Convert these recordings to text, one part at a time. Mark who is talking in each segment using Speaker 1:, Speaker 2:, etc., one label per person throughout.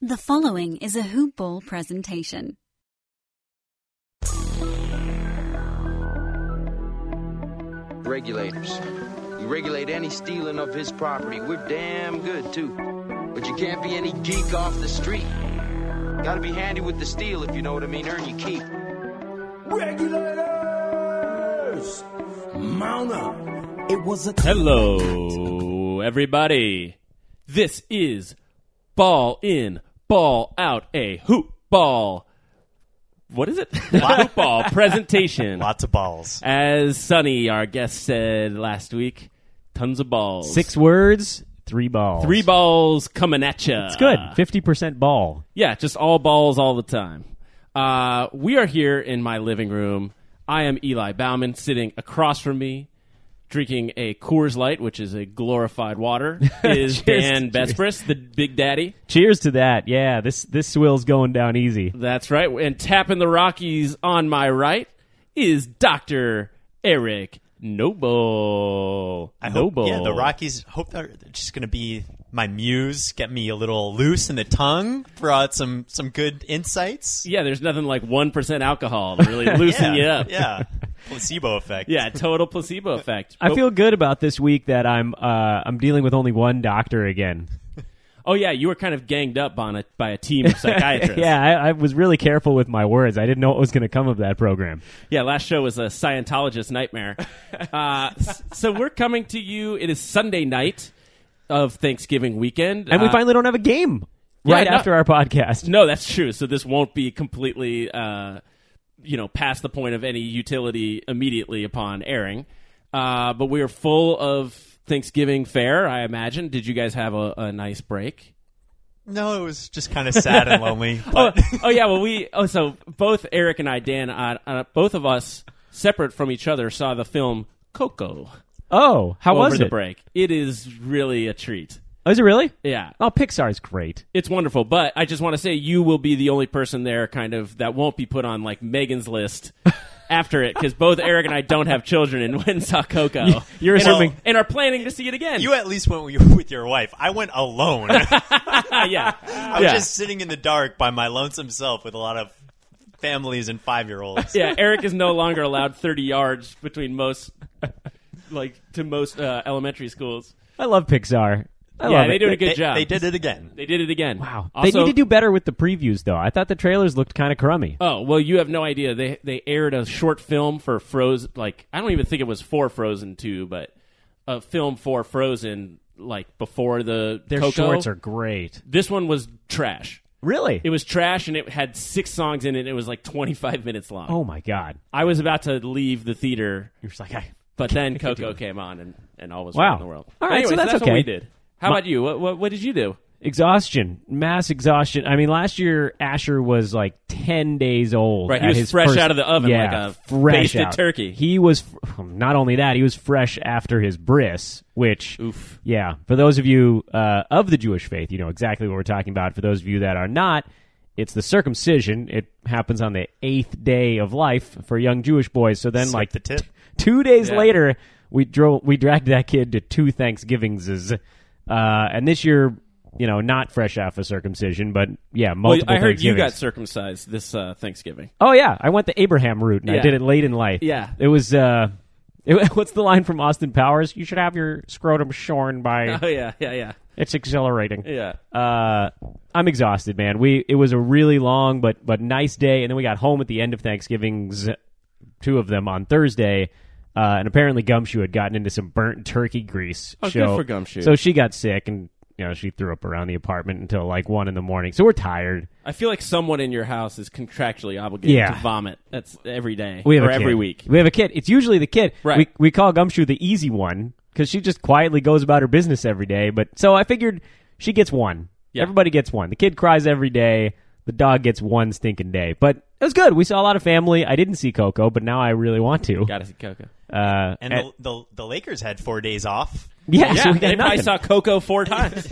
Speaker 1: The following is a Hoop Ball presentation.
Speaker 2: Regulators. You regulate any stealing of his property. We're damn good, too. But you can't be any geek off the street. Gotta be handy with the steel if you know what I mean. Earn your keep.
Speaker 3: Regulators! Mount up! It was a.
Speaker 4: Hello, everybody. This is Ball In, Ball Out, a Hoop Ball. What is it? hoop Ball presentation.
Speaker 5: Lots of balls.
Speaker 4: As Sonny, our guest, said last week, tons of balls.
Speaker 5: Six words, three balls.
Speaker 4: Three balls Ah. coming at you.
Speaker 5: It's good. Fifty percent ball.
Speaker 4: Yeah, just all balls all the time. Uh, we are here in my living room. I am Eli Bauman, sitting across from me, drinking a Coors Light, which is a glorified water, is
Speaker 5: Cheers.
Speaker 4: Dan Bespris, the big daddy.
Speaker 5: Cheers to that. Yeah, this this swill's going down easy.
Speaker 4: That's right. And tapping the Rockies on my right is Dr. Eric Noble.
Speaker 6: I hope,
Speaker 4: Noble.
Speaker 6: yeah, the Rockies hope they're they're just going to be my muse, get me a little loose in the tongue, brought some some good insights.
Speaker 4: Yeah, there's nothing like 1% alcohol to really loosen you up.
Speaker 6: Yeah. Placebo effect.
Speaker 4: Yeah, total placebo effect.
Speaker 5: I
Speaker 4: But-
Speaker 5: feel good about this week that I'm uh, I'm dealing with only one doctor again.
Speaker 4: Oh, yeah, you were kind of ganged up on a, by a team of psychiatrists.
Speaker 5: yeah, I, I was really careful with my words. I didn't know what was going to come of that program.
Speaker 4: Yeah, last show was a Scientologist nightmare. Uh, s- so we're coming to you. It is Sunday night of Thanksgiving weekend.
Speaker 5: And we
Speaker 4: Uh,
Speaker 5: finally don't have a game
Speaker 4: Yeah,
Speaker 5: right
Speaker 4: no-
Speaker 5: after our podcast.
Speaker 4: No, that's true. So this won't be completely, uh, you know, past the point of any utility immediately upon airing. Uh, but we are full of Thanksgiving fare, I imagine. Did you guys have a, a nice break?
Speaker 6: No, it was just kind of sad and lonely.
Speaker 4: Oh,
Speaker 6: But
Speaker 4: oh yeah. Well, we oh so both Eric and I, Dan, uh, uh, both of us separate from each other, saw the film Coco
Speaker 5: Oh, how
Speaker 4: over
Speaker 5: was
Speaker 4: the
Speaker 5: it?
Speaker 4: break. It is really a treat.
Speaker 5: Oh, is it really?
Speaker 4: Yeah.
Speaker 5: Oh, Pixar's great.
Speaker 4: it's wonderful. But I just want to say you will be the only person there, kind of, that won't be put on like Megan's list after it because both Eric and I don't have children and went and saw Coco.
Speaker 5: You're
Speaker 4: and
Speaker 5: assuming-
Speaker 4: are, and are planning to see it again.
Speaker 6: you at least went with with your wife. I went alone. I
Speaker 4: Ah, yeah,
Speaker 6: was
Speaker 4: yeah.
Speaker 6: just sitting in the dark by my lonesome self with a lot of families and five year olds.
Speaker 4: yeah. Eric is no longer allowed thirty yards between most, like to most uh, elementary schools.
Speaker 5: I love Pixar. I
Speaker 4: yeah,
Speaker 5: love
Speaker 4: they
Speaker 5: it.
Speaker 4: do a good
Speaker 6: they,
Speaker 4: job.
Speaker 6: They did it again.
Speaker 4: They did it again.
Speaker 5: Wow. they
Speaker 4: Also,
Speaker 5: need to do better with the previews, though. I thought the trailers looked kind of crummy.
Speaker 4: Oh well, you have no idea. They they aired a short film for Frozen. Like I don't even think it was for Frozen two, but a film for Frozen. Like before the
Speaker 5: Their
Speaker 4: Coco.
Speaker 5: shorts are great.
Speaker 4: This one was trash.
Speaker 5: Really?
Speaker 4: It was trash, and it had six songs in it. And it was like twenty five minutes long.
Speaker 5: oh my god!
Speaker 4: I was about to leave the theater,
Speaker 5: You're just like, I,
Speaker 4: but then Coco came on, and and all was
Speaker 5: Wow.
Speaker 4: right in the world.
Speaker 5: All right, so
Speaker 4: Anyways,
Speaker 5: that's
Speaker 4: what we
Speaker 5: okay.
Speaker 4: did. How about you? What, what what did you do?
Speaker 5: exhaustion, mass exhaustion. I mean, last year Asher was like ten days old.
Speaker 4: Right, he
Speaker 5: at
Speaker 4: was
Speaker 5: his
Speaker 4: fresh
Speaker 5: first-
Speaker 4: out of the oven
Speaker 5: yeah,
Speaker 4: like a
Speaker 5: fresh
Speaker 4: basted
Speaker 5: out.
Speaker 4: turkey.
Speaker 5: He was fr- not only that, he was fresh after his bris, which
Speaker 4: Oof.
Speaker 5: Yeah, for those of you uh, of the Jewish faith, you know exactly what we're talking about. For those of you that are not, it's the circumcision. It happens on the eighth day of life for young Jewish boys. So then,
Speaker 6: Slip
Speaker 5: like
Speaker 6: the tip.
Speaker 5: t- two days
Speaker 4: Yeah.
Speaker 5: later, we drove we dragged that kid to two Thanksgivings. Uh, and this year, you know, not fresh off of circumcision, but yeah,
Speaker 4: Well,
Speaker 5: multiple.
Speaker 4: I heard you got
Speaker 5: Thanksgivings.
Speaker 4: circumcised this uh, Thanksgiving.
Speaker 5: Oh yeah, I went the Abraham route, and
Speaker 4: Yeah.
Speaker 5: I did it late in life.
Speaker 4: Yeah.
Speaker 5: it was. Uh, it, what's the line from Austin Powers? You should have your scrotum shorn by.
Speaker 4: Oh yeah, yeah, yeah,
Speaker 5: It's exhilarating
Speaker 4: yeah.
Speaker 5: uh, I'm exhausted, man. We it was a really long but but nice day, and then we got home at the end of Thanksgiving's two of them on Thursday, uh, and apparently Gumshoe had gotten into some burnt turkey grease.
Speaker 4: Oh, good
Speaker 5: So-
Speaker 4: for Gumshoe.
Speaker 5: So she got sick, and you know she threw up around the apartment until like one in the morning. So we're tired.
Speaker 4: I feel like someone in your house is contractually obligated
Speaker 5: Yeah.
Speaker 4: to vomit. That's every day
Speaker 5: We have
Speaker 4: or
Speaker 5: a kid.
Speaker 4: every week.
Speaker 5: We have a kid. It's usually the kid.
Speaker 4: Right.
Speaker 5: We we call Gumshoe the easy one because she just quietly goes about her business every day. But so I figured she gets one.
Speaker 4: Yeah.
Speaker 5: Everybody gets one. The kid cries every day. The dog gets one stinking day. But it was good. We saw a lot of family. I didn't see Coco, but now I really want to.
Speaker 4: Got to see Coco.
Speaker 5: Uh,
Speaker 4: eh.
Speaker 6: And the, the, the Lakers had four days off.
Speaker 5: yeah, so
Speaker 4: Yeah,
Speaker 5: we got
Speaker 4: they probably
Speaker 5: nothing.
Speaker 4: saw Coco four times.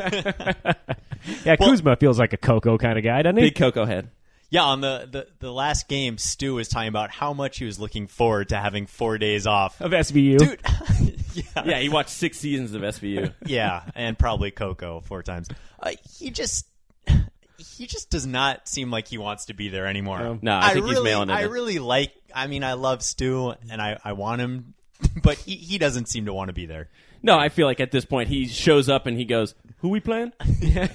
Speaker 5: yeah, Kuzma feels like a Coco kind of guy, doesn't he?
Speaker 4: Big Coco head.
Speaker 6: Yeah, on the, the, the last game, Stu was talking about how much he was looking forward to having four days off.
Speaker 5: of SVU.
Speaker 6: Dude, yeah,
Speaker 4: Yeah, he watched six seasons of SVU.
Speaker 6: yeah, and probably Coco four times. Uh, he just he just does not seem like he wants to be there anymore.
Speaker 4: No, I think he's
Speaker 6: really,
Speaker 4: mailing it
Speaker 6: I
Speaker 4: in.
Speaker 6: really like. I mean, I love Stu, and I, I want him, but he, he doesn't seem to want to be there.
Speaker 4: No, I feel like at this point he shows up and he goes, "Who we playing?" And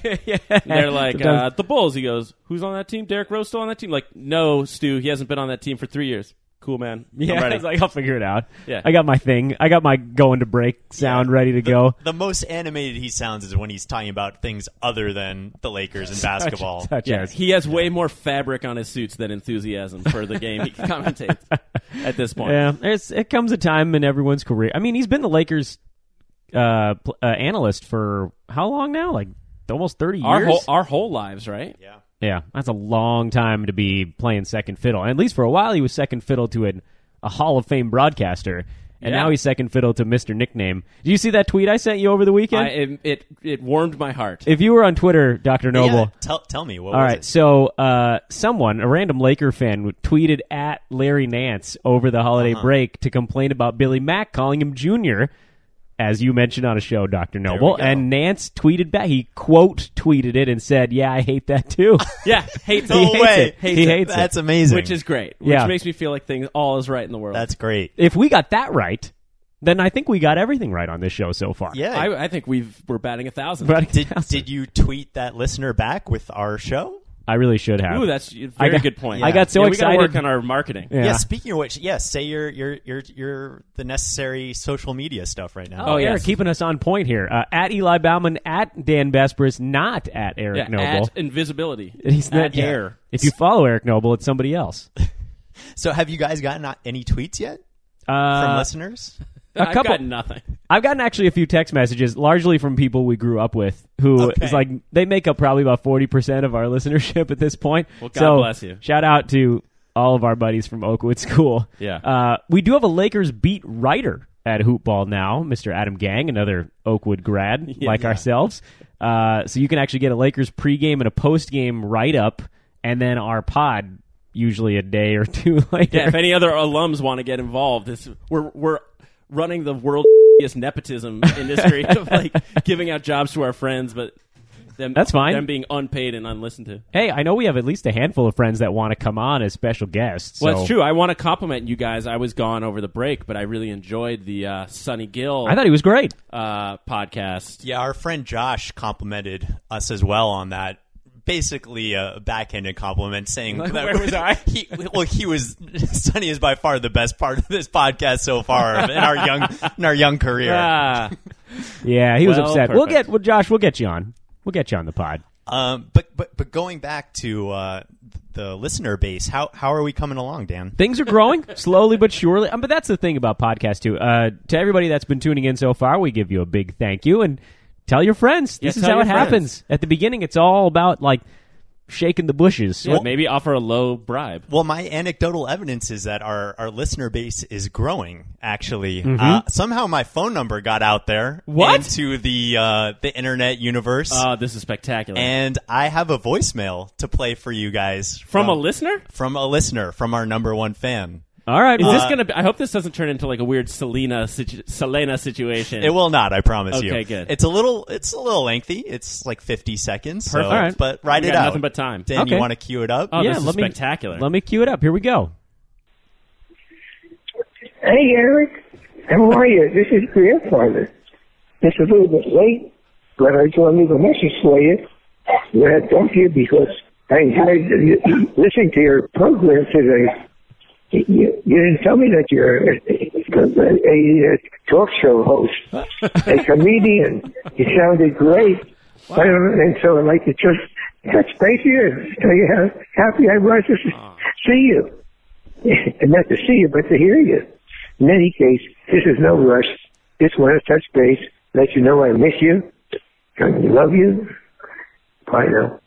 Speaker 4: they're like, uh,
Speaker 5: Sometimes-
Speaker 4: "The Bulls." He goes, "Who's on that team? Derek Rose still on that team?" Like, no, Stu, he hasn't been on that team for three years. Cool, man. I'm
Speaker 5: Yeah,
Speaker 4: ready.
Speaker 5: it's like I'll figure it out.
Speaker 4: Yeah.
Speaker 5: I got my thing. I got my going to break sound ready to
Speaker 6: The,
Speaker 5: go.
Speaker 6: the most animated he sounds is when he's talking about things other than the Lakers and basketball.
Speaker 5: Such
Speaker 4: yeah,
Speaker 5: as-
Speaker 4: he has way more fabric on his suits than enthusiasm for the game he commentates at this point.
Speaker 5: Yeah, it's it comes a time in everyone's career. I mean, he's been the Lakers uh, pl- uh analyst for how long now? Like almost 30
Speaker 4: Our
Speaker 5: years.
Speaker 4: whole our whole lives, right?
Speaker 6: Yeah.
Speaker 5: yeah, that's a long time to be playing second fiddle. And at least for a while he was second fiddle to an, a Hall of Fame broadcaster. And
Speaker 4: Yeah.
Speaker 5: now he's second fiddle to Mr. Nickname. Did you see that tweet I sent you over the weekend?
Speaker 4: I, it, it it warmed my heart.
Speaker 5: if you were on Twitter, Dr. Noble,
Speaker 6: Yeah, tell, tell me what
Speaker 5: All
Speaker 6: was
Speaker 5: right,
Speaker 6: it?
Speaker 5: so uh, someone, a random Laker fan, tweeted at Larry Nance over the holiday break to complain about Billy Mack calling him Junior, as you mentioned on a show, Doctor Noble.
Speaker 6: go.
Speaker 5: And Nance tweeted back. He quote tweeted it and said, "Yeah, I hate that too."
Speaker 4: yeah, hates
Speaker 6: No
Speaker 4: it.
Speaker 5: hates
Speaker 6: way.
Speaker 5: it. He hates it.
Speaker 6: That's amazing.
Speaker 4: which is great. Which
Speaker 5: Yeah.
Speaker 4: makes me feel like things all is right in the world.
Speaker 6: that's great.
Speaker 5: if we got that right, then I think we got everything right on this show so far.
Speaker 6: Yeah.
Speaker 4: I, I think we've we're batting a thousand.
Speaker 5: But
Speaker 6: did did you tweet that listener back with our show?
Speaker 5: I really should have.
Speaker 4: Ooh, that's a very
Speaker 5: I got-
Speaker 4: good point.
Speaker 5: I got so
Speaker 4: Yeah, We
Speaker 5: excited.
Speaker 4: gotta work on our marketing.
Speaker 5: yeah.
Speaker 6: Yeah, speaking of which, yes, say your your your your the necessary social media stuff right now.
Speaker 5: Oh,
Speaker 4: yes.
Speaker 5: Eric, keeping us on point here. Uh, at Eli Bauman, at Dan Vesperis, not at Eric
Speaker 4: Yeah,
Speaker 5: Noble.
Speaker 4: at invisibility.
Speaker 5: He's not
Speaker 4: at air.
Speaker 5: If you follow Eric Noble, it's somebody else.
Speaker 6: So have you guys gotten uh, any tweets yet from
Speaker 5: Uh,
Speaker 6: listeners?
Speaker 5: a
Speaker 4: I've
Speaker 5: couple.
Speaker 4: got nothing.
Speaker 5: I've gotten actually a few text messages, largely from people we grew up with, who is
Speaker 6: Okay.
Speaker 5: like they make up probably about forty percent of our listenership at this point.
Speaker 4: Well, God
Speaker 5: so,
Speaker 4: bless you.
Speaker 5: Shout out to all of our buddies from Oakwood School.
Speaker 4: Yeah.
Speaker 5: uh, we do have a Lakers beat writer at Hoopball now, Mr. Adam Gang, another Oakwood grad like ourselves. Uh, so you can actually get a Lakers pregame and a postgame write up, and then our pod usually a day or two later.
Speaker 4: Yeah, if any other alums want to get involved, this we're we're running the world's nepotism industry of like giving out jobs to our friends, but them,
Speaker 5: That's fine.
Speaker 4: Them being unpaid and unlistened to.
Speaker 5: Hey, I know we have at least a handful of friends that want to come on as special guests.
Speaker 4: Well,
Speaker 5: so-
Speaker 4: it's true. I want to compliment you guys. I was gone over the break, but I really enjoyed the uh, Sunny Gill
Speaker 5: I thought he was great.
Speaker 4: uh, podcast.
Speaker 6: Yeah, our friend Josh complimented us as well on that. Basically, a backhanded compliment saying that
Speaker 4: where was I?
Speaker 6: He, well, he was Sonny is by far the best part of this podcast so far in our young in our young career.
Speaker 4: Ah,
Speaker 5: Yeah, he was
Speaker 4: Well,
Speaker 5: upset. We'll
Speaker 4: perfect.
Speaker 5: get, well, Josh, we'll get you on. We'll get you on the pod.
Speaker 6: Um, but but but going back to uh, the listener base, how how are we coming along, Dan?
Speaker 5: Things are growing slowly but surely. Um, but that's the thing about podcasts too. Uh, to everybody that's been tuning in so far, we give you a big thank you and tell your friends. This is
Speaker 4: tell
Speaker 5: how
Speaker 4: your
Speaker 5: it happens. At the beginning, it's all about like shaking the bushes.
Speaker 4: yeah, maybe offer a low bribe.
Speaker 6: Well, my anecdotal evidence is that our, our listener base is growing. Actually,
Speaker 4: Mm-hmm.
Speaker 6: uh, somehow my phone number got out there
Speaker 5: What?
Speaker 6: into the uh, the internet universe,
Speaker 4: Oh, this is spectacular.
Speaker 6: and I have a voicemail to play for you guys
Speaker 4: From
Speaker 5: um,
Speaker 4: a listener?
Speaker 6: from a listener from our number one fan.
Speaker 5: All right,
Speaker 4: Is
Speaker 5: well,
Speaker 4: this gonna? Be, I hope this doesn't turn into like a weird Selena situ- Selena situation.
Speaker 6: It will not, I promise you.
Speaker 4: Okay, good.
Speaker 6: It's a little it's a little lengthy. It's like fifty seconds. so-
Speaker 4: Perfect. All
Speaker 5: right.
Speaker 6: but write
Speaker 4: We
Speaker 6: it
Speaker 4: got
Speaker 6: out.
Speaker 4: nothing but time.
Speaker 6: Dan, you
Speaker 5: Okay.
Speaker 6: want to cue it up?
Speaker 4: Oh,
Speaker 5: yeah,
Speaker 4: this is
Speaker 5: let me-
Speaker 4: spectacular.
Speaker 5: let me cue it up. Here we go.
Speaker 7: Hey, Eric. How are you? This is Grandfather. Just a little bit late, but I thought I'd leave a message for you. Well, thank you because I enjoyed listening to your program today. You, you didn't tell me that you're a, a, a talk show host, a comedian. You sounded great. I don't, and so I'd like to just touch base with you and tell you how happy I was to see you. And not to see you, but to hear you. In any case, this is no rush. Just want to touch base, let you know I miss you, I love you. Bye now.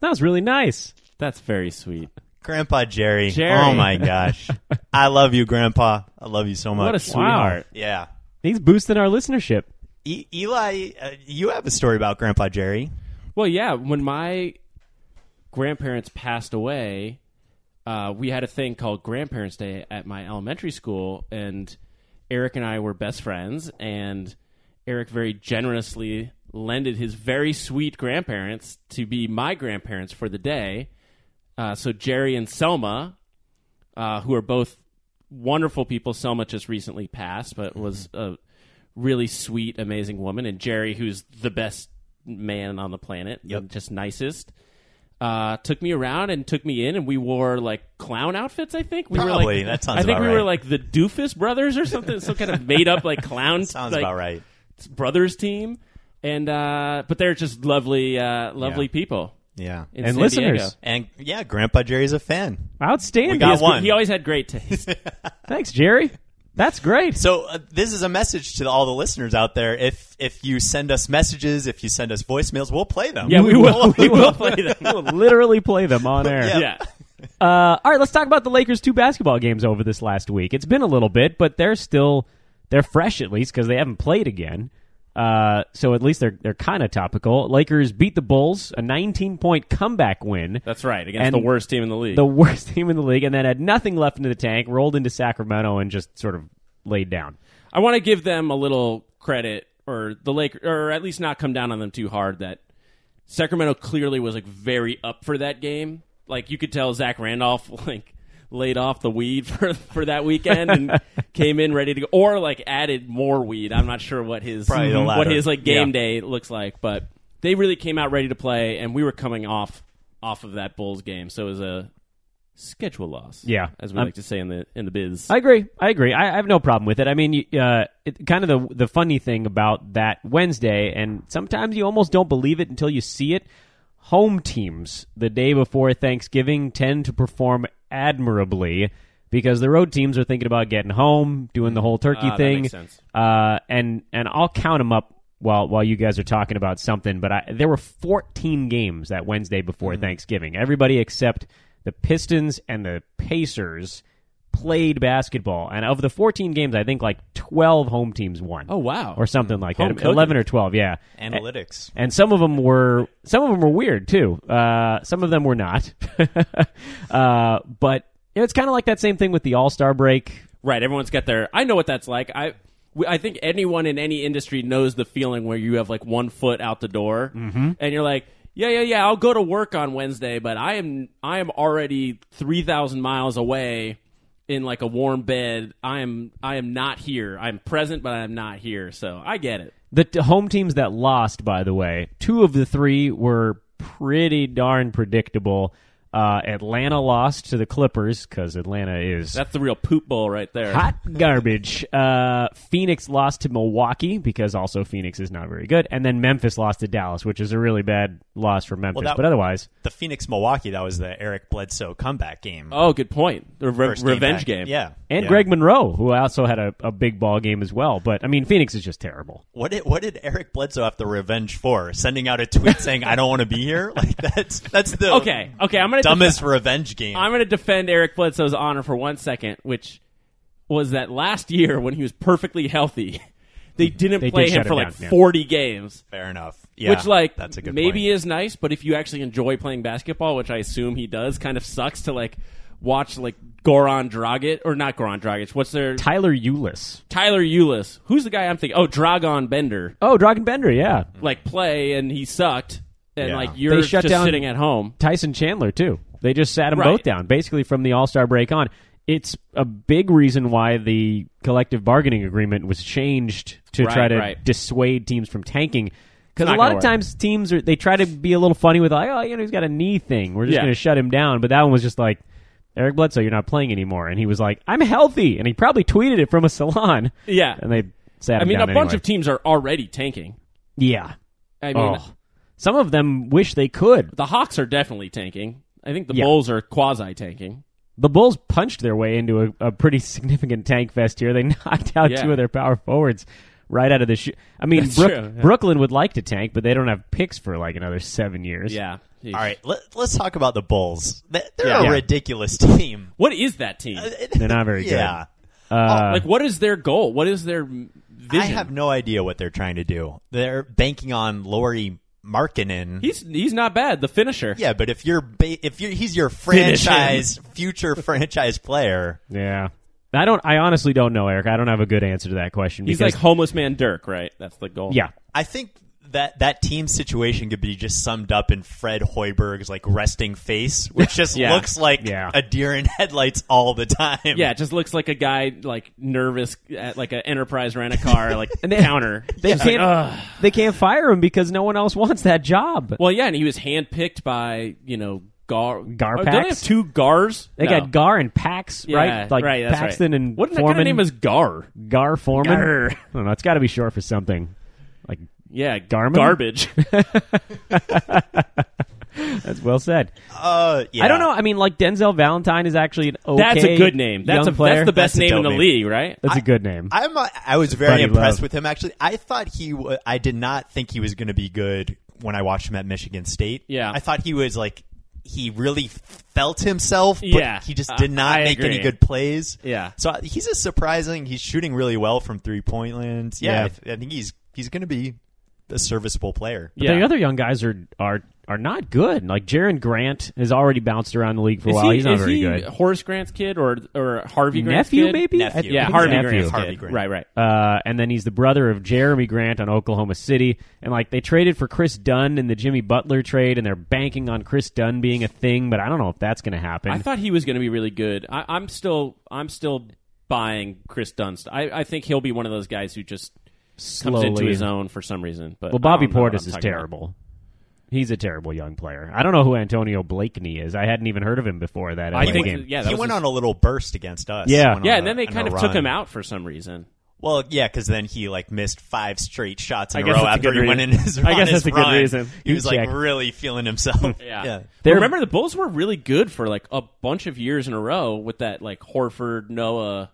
Speaker 5: That was really nice.
Speaker 4: That's very sweet.
Speaker 6: Grandpa Jerry.
Speaker 4: Jerry.
Speaker 6: Oh my gosh. I love you, Grandpa. I love you so much.
Speaker 4: What a sweetheart.
Speaker 6: yeah.
Speaker 5: He's boosting our listenership.
Speaker 6: E- Eli, uh, you have a story about Grandpa Jerry.
Speaker 4: Well, yeah. When my grandparents passed away, uh, we had a thing called Grandparents' Day at my elementary school, and Eric and I were best friends, and Eric very generously lended his very sweet grandparents to be my grandparents for the day. Uh, so Jerry and Selma, uh, who are both wonderful people. Selma just recently passed,
Speaker 6: Mm-hmm.
Speaker 4: but was a really sweet, amazing woman. And Jerry, who's the best man on the planet, and just nicest, uh, took me around and took me in, and we wore like clown outfits. I think we were
Speaker 6: Probably.
Speaker 4: like
Speaker 6: That sounds
Speaker 4: I think
Speaker 6: about
Speaker 4: we were
Speaker 6: right.
Speaker 4: like the Doofus Brothers or something, some kind of made up like clown.
Speaker 6: Sounds
Speaker 4: like,
Speaker 6: about right.
Speaker 4: Brothers team, and uh, but they're just lovely, uh, lovely
Speaker 6: Yeah.
Speaker 4: people.
Speaker 6: Yeah.
Speaker 4: in
Speaker 5: And
Speaker 4: San
Speaker 5: listeners.
Speaker 4: Diego.
Speaker 6: And yeah, Grandpa Jerry's a fan.
Speaker 5: Outstanding.
Speaker 6: We got
Speaker 5: Yes,
Speaker 6: one.
Speaker 4: he always had great taste.
Speaker 5: Thanks, Jerry. That's great.
Speaker 6: So uh, this is a message to all the listeners out there. If if you send us messages, if you send us voicemails, we'll play them.
Speaker 4: Yeah, we will. We will play
Speaker 5: we
Speaker 4: them.
Speaker 5: will literally play them on air.
Speaker 6: Yeah.
Speaker 4: Yeah.
Speaker 5: Uh, all right, let's talk about the Lakers' two basketball games over this last week. It's been a little bit, but they're still they're fresh at least because they haven't played again. Uh, so at least they're they're kind of topical. Lakers beat the Bulls, a 19 point comeback win.
Speaker 4: That's right. Against
Speaker 5: And
Speaker 4: the worst team in the league.
Speaker 5: the worst team in the league, and then had nothing left in the tank, rolled into Sacramento, and just sort of laid down.
Speaker 4: I want to give them a little credit, or the Lakers, or at least not come down on them too hard. That Sacramento clearly was like very up for that game. Like you could tell Zach Randolph like laid off the weed for for that weekend and came in ready to go, or like added more weed. I'm not sure what his
Speaker 6: Probably the
Speaker 4: what
Speaker 6: latter.
Speaker 4: his like game
Speaker 5: Yeah.
Speaker 4: day looks like, but they really came out ready to play, and we were coming off off of that Bulls game, so it was a schedule loss.
Speaker 5: Yeah.
Speaker 4: as we
Speaker 5: I'm-
Speaker 4: like to say in the in the biz.
Speaker 5: I agree. I agree. I, I have no problem with it. I mean, you- uh, it, kind of the the funny thing about that Wednesday, and sometimes you almost don't believe it until you see it. Home teams the day before Thanksgiving tend to perform admirably because the road teams are thinking about getting home, doing the whole turkey
Speaker 4: Ah, that
Speaker 5: thing.
Speaker 4: makes sense.
Speaker 5: Uh, and and I'll count them up while while you guys are talking about something. But I, there were 14 games that Wednesday before
Speaker 4: Mm-hmm.
Speaker 5: Thanksgiving. Everybody except the Pistons and the Pacers played basketball, and of the 14 games, I think like 12 home teams won.
Speaker 4: Oh, wow.
Speaker 5: or something like
Speaker 4: Home
Speaker 5: that.
Speaker 4: cooking.
Speaker 5: 11 or 12, yeah.
Speaker 6: Analytics.
Speaker 5: And some of them were some of them were weird too. Uh, some of them were not. uh, but it's kind of like that same thing with the All Star break.
Speaker 4: Right. Everyone's got their. I know what that's like. I. we- I think anyone in any industry knows the feeling where you have like one foot out the door,
Speaker 6: Mm-hmm.
Speaker 4: and you're like, yeah, yeah, yeah, I'll go to work on Wednesday, but I am I am already three thousand miles away in like a warm bed. I am I am not here. I'm present, but I'm not here. So I get it.
Speaker 5: The t- home teams that lost, by the way, two of the three were pretty darn predictable. Uh, Atlanta lost to the Clippers because Atlanta is
Speaker 4: That's the real poop bowl right there.
Speaker 5: hot garbage. Uh, Phoenix lost to Milwaukee because also Phoenix is not very good, and then Memphis lost to Dallas, which is a really bad loss for Memphis.
Speaker 6: that-
Speaker 5: but otherwise,
Speaker 6: The Phoenix Milwaukee, that was the Eric Bledsoe comeback game.
Speaker 4: Oh, good point. The re-
Speaker 6: First game
Speaker 4: revenge
Speaker 6: back.
Speaker 4: game.
Speaker 6: Yeah.
Speaker 5: and
Speaker 6: Yeah.
Speaker 5: Greg Monroe, who also had a, a big ball game as well. But I mean, Phoenix is just terrible.
Speaker 6: What did what did Eric Bledsoe have to revenge for? Sending out a tweet saying I don't want to be here? Like that's that's the
Speaker 4: Okay. Okay. I'm gonna
Speaker 6: dumbest revenge game.
Speaker 4: I'm going to defend Eric Bledsoe's honor for one second, which was that last year when he was perfectly healthy, they didn't
Speaker 5: They
Speaker 4: play
Speaker 5: did
Speaker 4: him
Speaker 5: shut
Speaker 4: for
Speaker 5: him
Speaker 4: like
Speaker 5: down, yeah.
Speaker 4: 40 games.
Speaker 6: Fair enough. Yeah.
Speaker 4: which, like,
Speaker 6: that's a good
Speaker 4: maybe
Speaker 6: point.
Speaker 4: is nice, but if you actually enjoy playing basketball, which I assume he does, kind of sucks to, like, watch, like, Goran Dragic, or not Goran Dragic, what's their.
Speaker 5: Tyler Eulis.
Speaker 4: Tyler Eulis. Who's the guy I'm thinking? Oh, Dragon Bender.
Speaker 5: Oh, Dragon Bender, yeah.
Speaker 4: Like, play, and he sucked, and,
Speaker 6: Yeah.
Speaker 4: like, you're
Speaker 5: shut
Speaker 4: just
Speaker 5: down-
Speaker 4: sitting at home.
Speaker 5: Tyson Chandler too. They just sat them
Speaker 4: Right.
Speaker 5: both down basically from the All Star break on. It's a big reason why the collective bargaining agreement was changed to
Speaker 4: Right,
Speaker 5: try to
Speaker 4: right.
Speaker 5: dissuade teams from tanking. Because
Speaker 4: not
Speaker 5: a lot
Speaker 4: gonna
Speaker 5: of
Speaker 4: work.
Speaker 5: times teams are they try to be a little funny with like, oh, you know, he's got a knee thing. We're just
Speaker 4: Yeah.
Speaker 5: going to shut him down. But that one was just like. Eric Bledsoe, you're not playing anymore, and he was like, "I'm healthy," and he probably tweeted it from a salon.
Speaker 4: Yeah.
Speaker 5: and they sat.
Speaker 4: I
Speaker 5: him
Speaker 4: mean, a
Speaker 5: down
Speaker 4: bunch
Speaker 5: anyway.
Speaker 4: of teams are already tanking.
Speaker 5: yeah.
Speaker 4: I mean,
Speaker 5: oh, some of them wish they could.
Speaker 4: the Hawks are definitely tanking. I think the
Speaker 5: Yeah.
Speaker 4: Bulls are quasi tanking.
Speaker 5: the Bulls punched their way into a, a pretty significant tank fest here. They knocked out
Speaker 4: Yeah.
Speaker 5: two of their power forwards right out of the shoe. I mean, Brook-
Speaker 4: true, yeah.
Speaker 5: Brooklyn would like to tank, but they don't have picks for like another seven years.
Speaker 4: Yeah.
Speaker 6: All right, let, let's talk about the Bulls. They- They're a
Speaker 5: Yeah.
Speaker 6: ridiculous team.
Speaker 4: What is that team?
Speaker 6: Uh,
Speaker 5: They're not very
Speaker 6: yeah.
Speaker 5: Uh,
Speaker 4: like, what is their goal? What is their vision?
Speaker 6: I have no idea what they're trying to do. They're banking on Lori Markkinen.
Speaker 4: he's he's not bad. The finisher.
Speaker 6: yeah, but if you're ba- if you're he's your
Speaker 4: Finish him.
Speaker 6: franchise future franchise player,
Speaker 5: good. Yeah. I don't. I honestly don't know, Eric. I don't have a good answer to that question.
Speaker 4: He's
Speaker 5: because,
Speaker 4: like homeless man Dirk, right? That's the goal.
Speaker 5: yeah,
Speaker 6: I think that that team situation could be just summed up in Fred Hoiberg's like resting face, which just
Speaker 4: Yeah.
Speaker 6: looks like
Speaker 5: Yeah.
Speaker 6: a deer in headlights all the time.
Speaker 4: Yeah, it just looks like a guy like nervous at like an enterprise rent a car like counter.
Speaker 5: They
Speaker 4: Just like,
Speaker 5: can't.
Speaker 4: "Ugh."
Speaker 5: they can't fire him because no one else wants that job.
Speaker 4: well, yeah, and he was handpicked by you know Gar
Speaker 5: Gar
Speaker 4: Oh, don't they
Speaker 5: Pax?
Speaker 4: have two Gars?
Speaker 5: they
Speaker 4: No.
Speaker 5: got Gar and Pax,
Speaker 4: Yeah,
Speaker 5: right? Like
Speaker 4: right, that's
Speaker 5: Paxton
Speaker 4: right.
Speaker 5: and
Speaker 4: what that
Speaker 5: Foreman.
Speaker 4: guy's name is Gar?
Speaker 5: Gar Foreman.
Speaker 4: Gar.
Speaker 5: I don't know. It's got to be short for something. Like
Speaker 4: Yeah,
Speaker 5: Garmin?
Speaker 4: garbage.
Speaker 5: that's well said.
Speaker 6: Uh, yeah.
Speaker 5: I don't know. I mean, like Denzel Valentine is actually an okay.
Speaker 4: that's a good name. That's
Speaker 5: young
Speaker 4: a
Speaker 5: player.
Speaker 4: that's the best
Speaker 6: That's a
Speaker 4: name in the
Speaker 6: dope name.
Speaker 4: league, right?
Speaker 5: That's a good name.
Speaker 6: I'm uh, I was very
Speaker 5: Buddy
Speaker 6: impressed
Speaker 5: Love.
Speaker 6: with him actually. I thought he wa I did not think he was going to be good when I watched him at Michigan State.
Speaker 4: Yeah.
Speaker 6: I thought he was like he really felt himself, but
Speaker 4: Yeah.
Speaker 6: he just
Speaker 4: Uh,
Speaker 6: did not
Speaker 4: I
Speaker 6: make any
Speaker 4: agree.
Speaker 6: good plays.
Speaker 4: Yeah.
Speaker 6: So I- he's a surprising. He's shooting really well from three point lands. Yeah,
Speaker 5: Yeah.
Speaker 6: I, th- I think he's he's going to be a serviceable player.
Speaker 5: But
Speaker 4: Yeah.
Speaker 5: the other young guys are are are not good. Like Jaron Grant has already bounced around the league for a
Speaker 4: is
Speaker 5: while.
Speaker 4: he,
Speaker 5: He's not
Speaker 4: is
Speaker 5: very
Speaker 4: he
Speaker 5: good.
Speaker 4: Horace Grant's kid or or Harvey Grant's
Speaker 5: Nephew,
Speaker 4: kid?
Speaker 5: maybe.
Speaker 6: Nephew.
Speaker 5: I think
Speaker 4: Yeah,
Speaker 5: he's
Speaker 4: Harvey
Speaker 5: nephew.
Speaker 4: Grant's
Speaker 6: Harvey
Speaker 4: kid.
Speaker 6: Grant.
Speaker 4: Right, right.
Speaker 5: Uh, and then he's the brother of Jeremy Grant on Oklahoma City. And like they traded for Chris Dunn in the Jimmy Butler trade, and they're banking on Chris Dunn being a thing. But I don't know if that's going to happen.
Speaker 4: I thought he was going to be really good. I, I'm still I'm still buying Chris Dunst. I, I think he'll be one of those guys who just comes
Speaker 5: Slowly.
Speaker 4: into his own for some reason. But
Speaker 5: Well, Bobby
Speaker 4: I don't know what
Speaker 5: Portis
Speaker 4: I'm
Speaker 5: is
Speaker 4: talking about.
Speaker 5: terrible. He's a terrible young player. I don't know who Antonio Blakeney is. I hadn't even heard of him before that LA
Speaker 4: I think
Speaker 5: game.
Speaker 4: yeah, that
Speaker 6: he
Speaker 4: was
Speaker 6: went
Speaker 4: his-
Speaker 6: on a little burst against us.
Speaker 5: Yeah.
Speaker 6: Went
Speaker 4: yeah,
Speaker 6: on
Speaker 4: and
Speaker 6: a-
Speaker 4: then they
Speaker 6: on
Speaker 4: kind
Speaker 6: a
Speaker 4: of took
Speaker 6: run.
Speaker 4: him out for some reason.
Speaker 6: Well, yeah, because then he like missed five straight shots in
Speaker 4: I
Speaker 6: a
Speaker 4: guess
Speaker 6: row
Speaker 4: that's a
Speaker 6: after
Speaker 4: good
Speaker 6: he went in
Speaker 4: reason.
Speaker 6: his.
Speaker 5: I
Speaker 6: on
Speaker 5: guess
Speaker 6: his
Speaker 5: that's a good
Speaker 6: run.
Speaker 5: reason.
Speaker 6: He was like
Speaker 5: Heat check.
Speaker 6: really feeling himself.
Speaker 4: Yeah.
Speaker 5: They're-
Speaker 4: Remember the Bulls were really good for like a bunch of years in a row with that like Horford Noah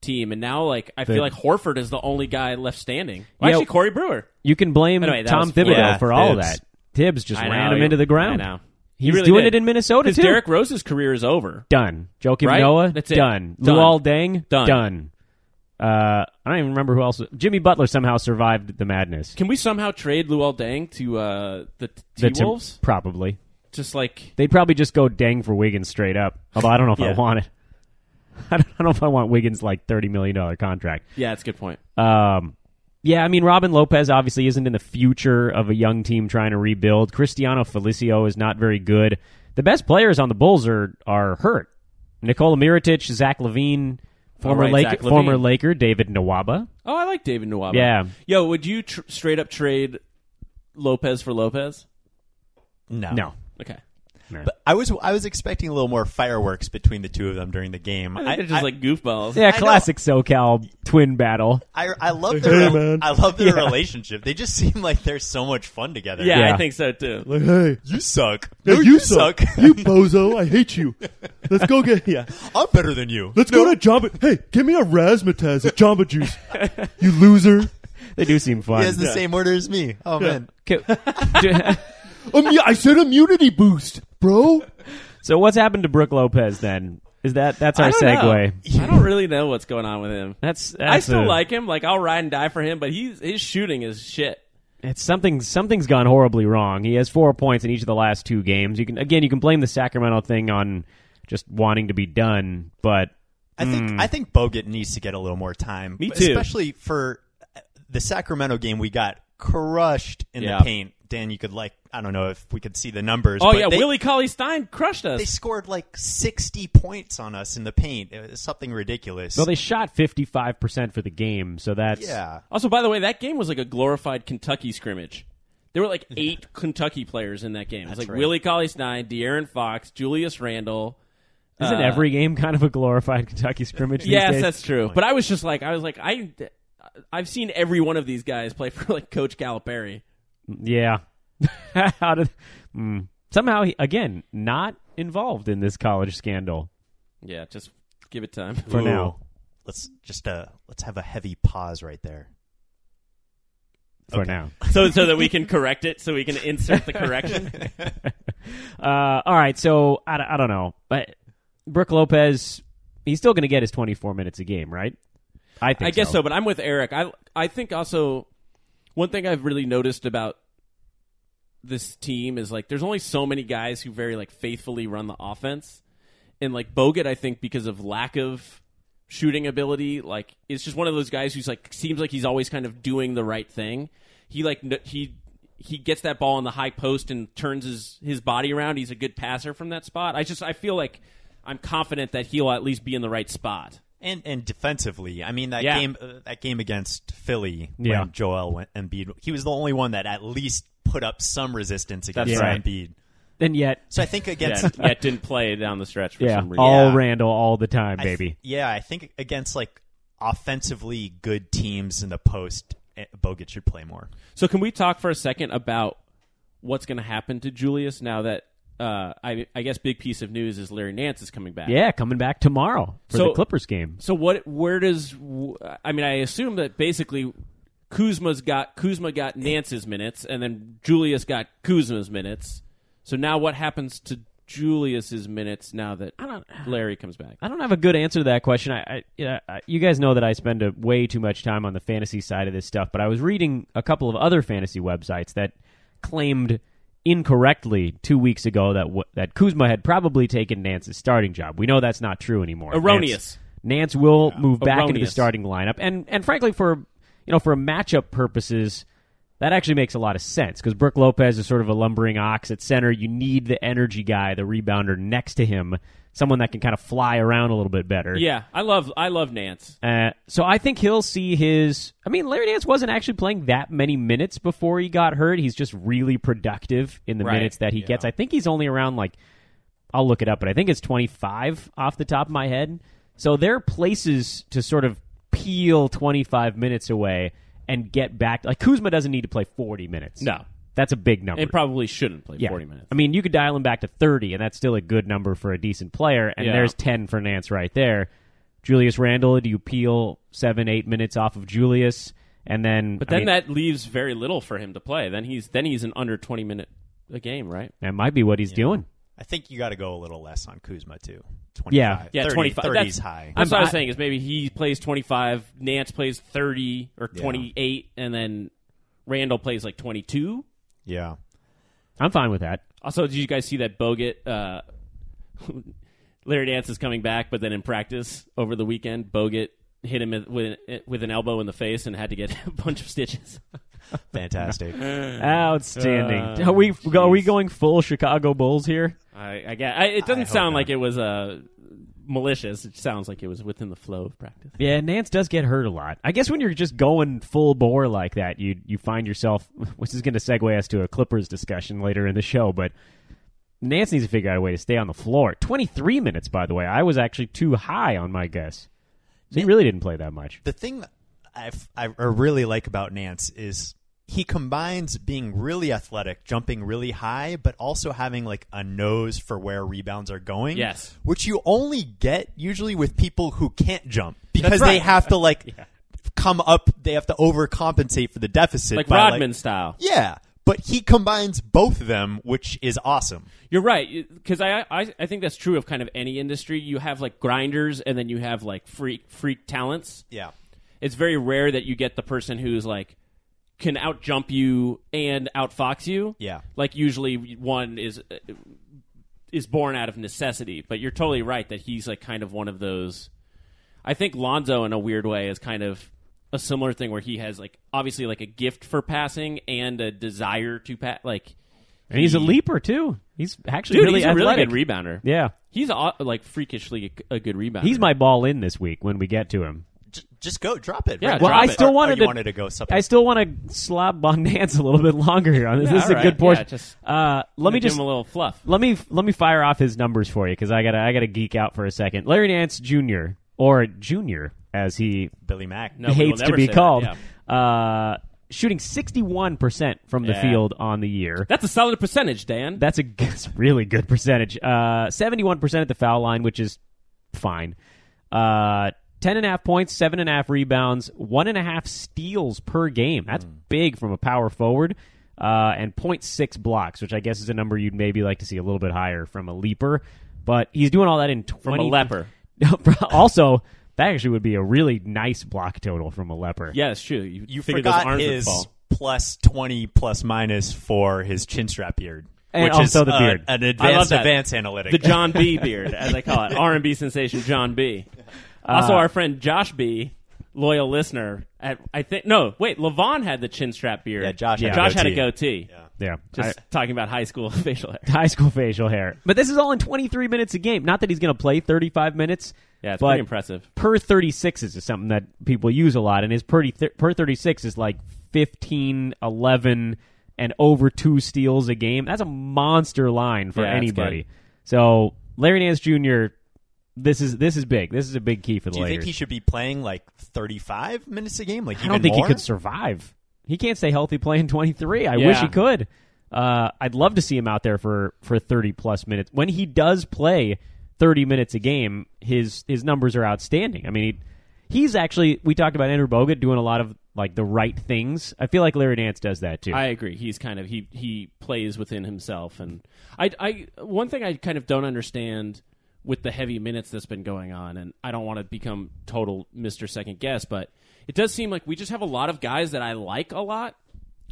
Speaker 4: team, and now like I
Speaker 5: The-
Speaker 4: feel like Horford is the only guy left standing. Well,
Speaker 5: Yeah.
Speaker 4: Actually, Corey Brewer.
Speaker 5: You can blame
Speaker 4: Anyway, that
Speaker 5: Tom
Speaker 4: was-
Speaker 5: Thibodeau
Speaker 6: yeah,
Speaker 5: for all of
Speaker 6: Thibs.
Speaker 5: that. Tibbs just
Speaker 4: I
Speaker 5: ran
Speaker 4: know,
Speaker 5: him into the ground.
Speaker 4: I know. He
Speaker 5: He's
Speaker 4: really
Speaker 5: doing
Speaker 4: did.
Speaker 5: it in Minnesota
Speaker 4: Because
Speaker 5: too.
Speaker 4: Derrick Rose's career is over.
Speaker 5: done. Joakim
Speaker 4: Right?
Speaker 5: Noah
Speaker 4: That's it.
Speaker 5: done.
Speaker 4: Done.
Speaker 5: Luol Deng
Speaker 4: Done.
Speaker 5: Uh, I don't even remember who else. Jimmy Butler somehow survived the madness.
Speaker 4: Can we somehow trade Luol Deng to uh, the T
Speaker 5: The Tim-
Speaker 4: Wolves?
Speaker 5: probably.
Speaker 4: Just like
Speaker 5: They'd probably just go Deng for Wiggins straight up. Although I don't know if I
Speaker 6: Yeah.
Speaker 5: want it. I don't, I don't know if I want Wiggins like thirty million dollar contract.
Speaker 4: yeah, that's a good point.
Speaker 5: Um, yeah, I mean, Robin Lopez obviously isn't in the future of a young team trying to rebuild. Cristiano Felicio is not very good. The best players on the Bulls are are hurt. Nikola Mirotic, Zach Levine, former
Speaker 4: right,
Speaker 5: Lake,
Speaker 4: Zach Levine.
Speaker 5: former Laker, David Nawaba.
Speaker 4: Oh, I like David Nwaba.
Speaker 5: Yeah.
Speaker 4: Yo, would you tr- straight up trade Lopez for Lopez?
Speaker 6: No.
Speaker 5: No,
Speaker 4: Okay.
Speaker 6: But I was I was expecting a little more fireworks between the two of them during the game.
Speaker 4: I think they're just like goofballs.
Speaker 5: yeah,
Speaker 6: know.
Speaker 5: classic SoCal twin battle.
Speaker 6: I, I love their I love their relationship. They just seem like they're so much fun together.
Speaker 4: yeah,
Speaker 5: Yeah.
Speaker 4: I think so too.
Speaker 8: Like, hey,
Speaker 6: You suck.
Speaker 8: no, you, suck.
Speaker 6: You-
Speaker 8: you bozo. I hate you. Let's go get yeah.
Speaker 6: I'm better than you.
Speaker 8: Let's go to Jamba. Hey, give me a razzmatazz at Jamba Juice. you loser.
Speaker 5: They do seem
Speaker 6: He
Speaker 5: fun.
Speaker 6: has the same order as me. Oh man.
Speaker 8: Immu-
Speaker 5: Okay.
Speaker 8: Um, I said immunity boost, bro.
Speaker 5: so what's happened to Brooke Lopez then? Is that that's our
Speaker 4: I don't know.
Speaker 5: segue?
Speaker 4: I don't really know what's going on with him.
Speaker 5: That's, that's
Speaker 4: I still
Speaker 5: a-
Speaker 4: like him. Like I'll ride and die for him, but he's his shooting is shit.
Speaker 5: It's something something's gone horribly wrong. He has four points in each of the last two games. You can again you can blame the Sacramento thing on just wanting to be done, but
Speaker 6: I think I think Bogut needs to get a little more time.
Speaker 4: Hmm. Me too.
Speaker 6: Especially for uh, the Sacramento game, we got crushed in
Speaker 4: Yeah.
Speaker 6: the paint. Dan, you could like I don't know if we could see the numbers.
Speaker 4: Oh
Speaker 6: but
Speaker 4: yeah,
Speaker 6: they,
Speaker 4: Willie Cauley Stein crushed
Speaker 6: They
Speaker 4: us.
Speaker 6: scored like sixty points on us in the paint. It was something ridiculous.
Speaker 5: well they shot fifty five percent for the game, so that's
Speaker 6: yeah.
Speaker 4: Also, by the way, that game was like a glorified Kentucky scrimmage. There were like eight Kentucky players in that game. It was like
Speaker 6: right.
Speaker 4: Willie Cauley Stein, De'Aaron Fox, Julius Randle.
Speaker 5: Isn't
Speaker 4: Uh,
Speaker 5: every game kind of a glorified Kentucky scrimmage? these
Speaker 4: Yes,
Speaker 5: days?
Speaker 4: that's true. But I was just like, I was like, I, I've seen every one of these guys play for like Coach Calipari.
Speaker 5: yeah. How did mm. somehow he, again not involved in this college scandal
Speaker 4: Yeah, just give it time.
Speaker 5: for now?
Speaker 6: Let's just uh let's have a heavy pause right there.
Speaker 5: For now.
Speaker 4: so so that we can correct it, so we can insert the correction.
Speaker 5: Uh, all right, so I, don't- I don't know, but Brooke Lopez, he's still going to get his 24 minutes a game, right? I think.
Speaker 4: I guess so, but I'm with Eric. I I think also one thing I've really noticed about this team is like there's only so many guys who very like faithfully run the offense. And like Bogut, I think because of lack of shooting ability, like it's just one of those guys who's like seems like he's always kind of doing the right thing. he like kn- he he gets that ball on the high post and turns his his body around. He's a good passer from that spot. I just I feel like I'm confident that he'll at least be in the right spot.
Speaker 6: And and defensively, I mean that
Speaker 4: Yeah.
Speaker 6: game uh, that game against Philly
Speaker 5: Yeah.
Speaker 6: when Joel went, Embiid, he was the only one that at least put up some resistance against
Speaker 5: That's right.
Speaker 6: Embiid.
Speaker 5: And yet,
Speaker 6: So I think against
Speaker 4: Yeah, yet didn't play down the stretch for
Speaker 5: yeah,
Speaker 4: some reason.
Speaker 5: all
Speaker 6: Yeah.
Speaker 5: Randall all the time,
Speaker 6: I th-
Speaker 5: baby.
Speaker 6: yeah, I think against like offensively good teams in the post, eh, Bogut should play more.
Speaker 4: So can we talk for a second about what's going to happen to Julius now that uh, I, I guess big piece of news is Larry Nance is coming back.
Speaker 5: yeah, coming back tomorrow for the
Speaker 4: So-
Speaker 5: Clippers game.
Speaker 4: So what? Where does? I mean, I assume that basically Kuzma's got Kuzma got Nance's minutes, and then Julius got Kuzma's minutes. So now what happens to Julius's minutes now that Larry comes back?
Speaker 5: I don't have a good answer to that question. I, I, yeah, I you guys know that I spend a, way too much time on the fantasy side of this stuff, but I was reading a couple of other fantasy websites that claimed incorrectly two weeks ago that w- that Kuzma had probably taken Nance's starting job. We know that's not true anymore.
Speaker 4: Erroneous.
Speaker 5: Nance, Nance will move back into the
Speaker 4: Erroneous.
Speaker 5: starting lineup, and and frankly, for you know, for matchup purposes. That actually makes a lot of sense because Brooke Lopez is sort of a lumbering ox at center. You need the energy guy, the rebounder next to him, someone that can kind of fly around a little bit better.
Speaker 4: Yeah, I love I love Nance.
Speaker 5: Uh, so I think he'll see his. I mean, Larry Nance wasn't actually playing that many minutes before he got hurt. He's just really productive in the
Speaker 4: Right,
Speaker 5: minutes that he gets. I think he's only around like I'll look it up, but I think it's 25 off the top of my head. So there are places to sort of peel 25 minutes away and get back. Like Kuzma doesn't need to play 40 minutes.
Speaker 4: No.
Speaker 5: that's a big number.
Speaker 4: It probably shouldn't play
Speaker 5: Yeah.
Speaker 4: forty minutes.
Speaker 5: I mean, you could dial him back to 30, and that's still a good number for a decent player. And
Speaker 4: Yeah.
Speaker 5: there's 10 for Nance right there. Julius Randle, do you peel seven, eight minutes off of Julius? And then.
Speaker 4: But then that leaves very little for him to play. Then he's then he's an under twenty minute a game, right?
Speaker 5: That might be what he's doing.
Speaker 6: I think you got to go a little less on Kuzma too. 25,
Speaker 5: Yeah.
Speaker 4: Yeah,
Speaker 6: 30,
Speaker 4: twenty five.
Speaker 6: 30's high.
Speaker 4: That's what I was
Speaker 5: I-
Speaker 4: saying is maybe he plays twenty five, Nance plays thirty or twenty eight, and then Randall plays like twenty two.
Speaker 6: yeah,
Speaker 5: I'm fine with that.
Speaker 4: Also, did you guys see that Bogut? Uh, Larry Nance is coming back, but then in practice over the weekend, Bogut hit him with with an elbow in the face and had to get a bunch of stitches.
Speaker 6: fantastic.
Speaker 4: Uh,
Speaker 5: Outstanding. are, we, are we going full Chicago Bulls here?
Speaker 4: I, I guess I, it
Speaker 6: I
Speaker 4: doesn't
Speaker 6: hope
Speaker 4: sound
Speaker 6: not.
Speaker 4: like it was uh, malicious. It sounds like it was within the flow of practice.
Speaker 5: Yeah, Nance does get hurt a lot. I guess when you're just going full bore like that, you you find yourself, which is going to segue us to a Clippers discussion later in the show. But Nance needs to figure out a way to stay on the floor. 23 minutes, by the way. I was actually too high on my guess. So he really didn't play that much.
Speaker 6: the thing I've, I I really like about Nance is he combines being really athletic, jumping really high, but also having like a nose for where rebounds are going.
Speaker 4: Yes.
Speaker 6: Which you only get usually with people who can't jump because they
Speaker 4: right.
Speaker 6: have to like come up, they have to overcompensate for the deficit.
Speaker 4: Like
Speaker 6: by,
Speaker 4: Rodman style.
Speaker 6: yeah. But he combines both of them, which is awesome.
Speaker 4: You're right because I, I I think that's true of kind of any industry. You have like grinders, and then you have like freak freak talents.
Speaker 6: Yeah.
Speaker 4: It's very rare that you get the person who's like can out jump you and outfox you.
Speaker 6: Yeah.
Speaker 4: like usually one is is born out of necessity. But you're totally right that he's like kind of one of those. I think Lonzo in a weird way is kind of a similar thing where he has like obviously like a gift for passing and a desire to pass. Like
Speaker 5: And he's a leaper, too. He's actually
Speaker 4: dude,
Speaker 5: really
Speaker 4: he's a really
Speaker 5: athletic.
Speaker 4: good rebounder.
Speaker 5: yeah.
Speaker 4: He's au- like freakishly a a good rebounder.
Speaker 5: He's my ball in this week when we get to him.
Speaker 6: J- just go, drop it.
Speaker 4: Yeah,
Speaker 6: right?
Speaker 4: Well, drop
Speaker 5: I
Speaker 4: it.
Speaker 5: still
Speaker 6: Or- or
Speaker 5: wanted
Speaker 6: you
Speaker 5: to-
Speaker 6: wanted to go something.
Speaker 5: I still want to slob on Nance a little bit longer here on this.
Speaker 4: Yeah,
Speaker 5: this is a
Speaker 4: all right.
Speaker 5: good portion.
Speaker 4: Yeah, just-
Speaker 5: uh, let me
Speaker 4: Give
Speaker 5: just
Speaker 4: him a little fluff.
Speaker 5: let me let me fire off his numbers for you because I gotta I gotta geek out for a second. Larry Nance Jr. or Junior as he
Speaker 6: Billy Mack.
Speaker 4: No. we will
Speaker 5: hates to
Speaker 4: never
Speaker 5: be
Speaker 4: say
Speaker 5: called,
Speaker 4: that,
Speaker 5: uh, shooting sixty one percent from the
Speaker 4: Yeah.
Speaker 5: field on the year.
Speaker 4: That's a solid percentage, Dan.
Speaker 5: That's a g- that's a really good percentage. Seventy one percent at the foul line, which is fine. Uh, Ten and a half points, seven and a half rebounds, one and a half steals per game. That's
Speaker 4: Hmm.
Speaker 5: big from a power forward. Uh, and 0.6 blocks, which I guess is a number you'd maybe like to see a little bit higher from a leaper. But he's doing all that in 20.
Speaker 4: from a leper.
Speaker 5: also, that actually would be a really nice block total from a leper.
Speaker 4: Yeah, it's true. You,
Speaker 6: You
Speaker 4: figured those
Speaker 6: forgot
Speaker 4: arms would
Speaker 6: his
Speaker 4: fall.
Speaker 6: plus twenty plus minus for his chin strap beard,
Speaker 5: And
Speaker 6: which
Speaker 5: also
Speaker 6: is
Speaker 5: the
Speaker 6: uh,
Speaker 5: beard.
Speaker 6: an
Speaker 4: I love
Speaker 6: advanced
Speaker 4: that.
Speaker 6: advanced analytic.
Speaker 4: the John
Speaker 6: Uh,
Speaker 4: B. beard, as I call it, R and B sensation John B. Also, our friend Josh B. loyal listener, at, I think no, wait, Levon had the chin strap beard.
Speaker 6: Yeah, Josh had a
Speaker 4: Josh had a
Speaker 6: goatee.
Speaker 4: goatee.
Speaker 6: Yeah.
Speaker 5: Yeah.
Speaker 4: Just talking about high school facial hair.
Speaker 5: high school facial hair. But this is all in 23 minutes a game. Not that he's going to play 35 minutes.
Speaker 4: Yeah, it's
Speaker 5: but
Speaker 4: pretty impressive.
Speaker 5: Per 36 is just something that people use a lot, and his per, th- per 36 is like 15, 11, and over two steals a game. That's a monster line for
Speaker 4: Yeah, that's
Speaker 5: anybody.
Speaker 4: good.
Speaker 5: So Larry Nance Jr. This is this is big. This is a big key for the
Speaker 6: Do you
Speaker 5: Lakers.
Speaker 6: think he should be playing like 35 minutes a game? Like
Speaker 5: I don't
Speaker 6: even
Speaker 5: think
Speaker 6: more?
Speaker 5: he could survive. He can't stay healthy playing 23. I
Speaker 4: Yeah.
Speaker 5: wish he could. Uh, I'd love to see him out there for, for 30 plus minutes. When he does play 30 minutes a game, his his numbers are outstanding. I mean, he, he's actually we talked about Andrew Bogut doing a lot of like the right things. I feel like Larry Nance does that too.
Speaker 4: I agree. He's kind of he he plays within himself, and I I one thing I kind of don't understand with the heavy minutes that's been going on, and I don't want to become total Mister Second Guess, but it does seem like we just have a lot of guys that I like a lot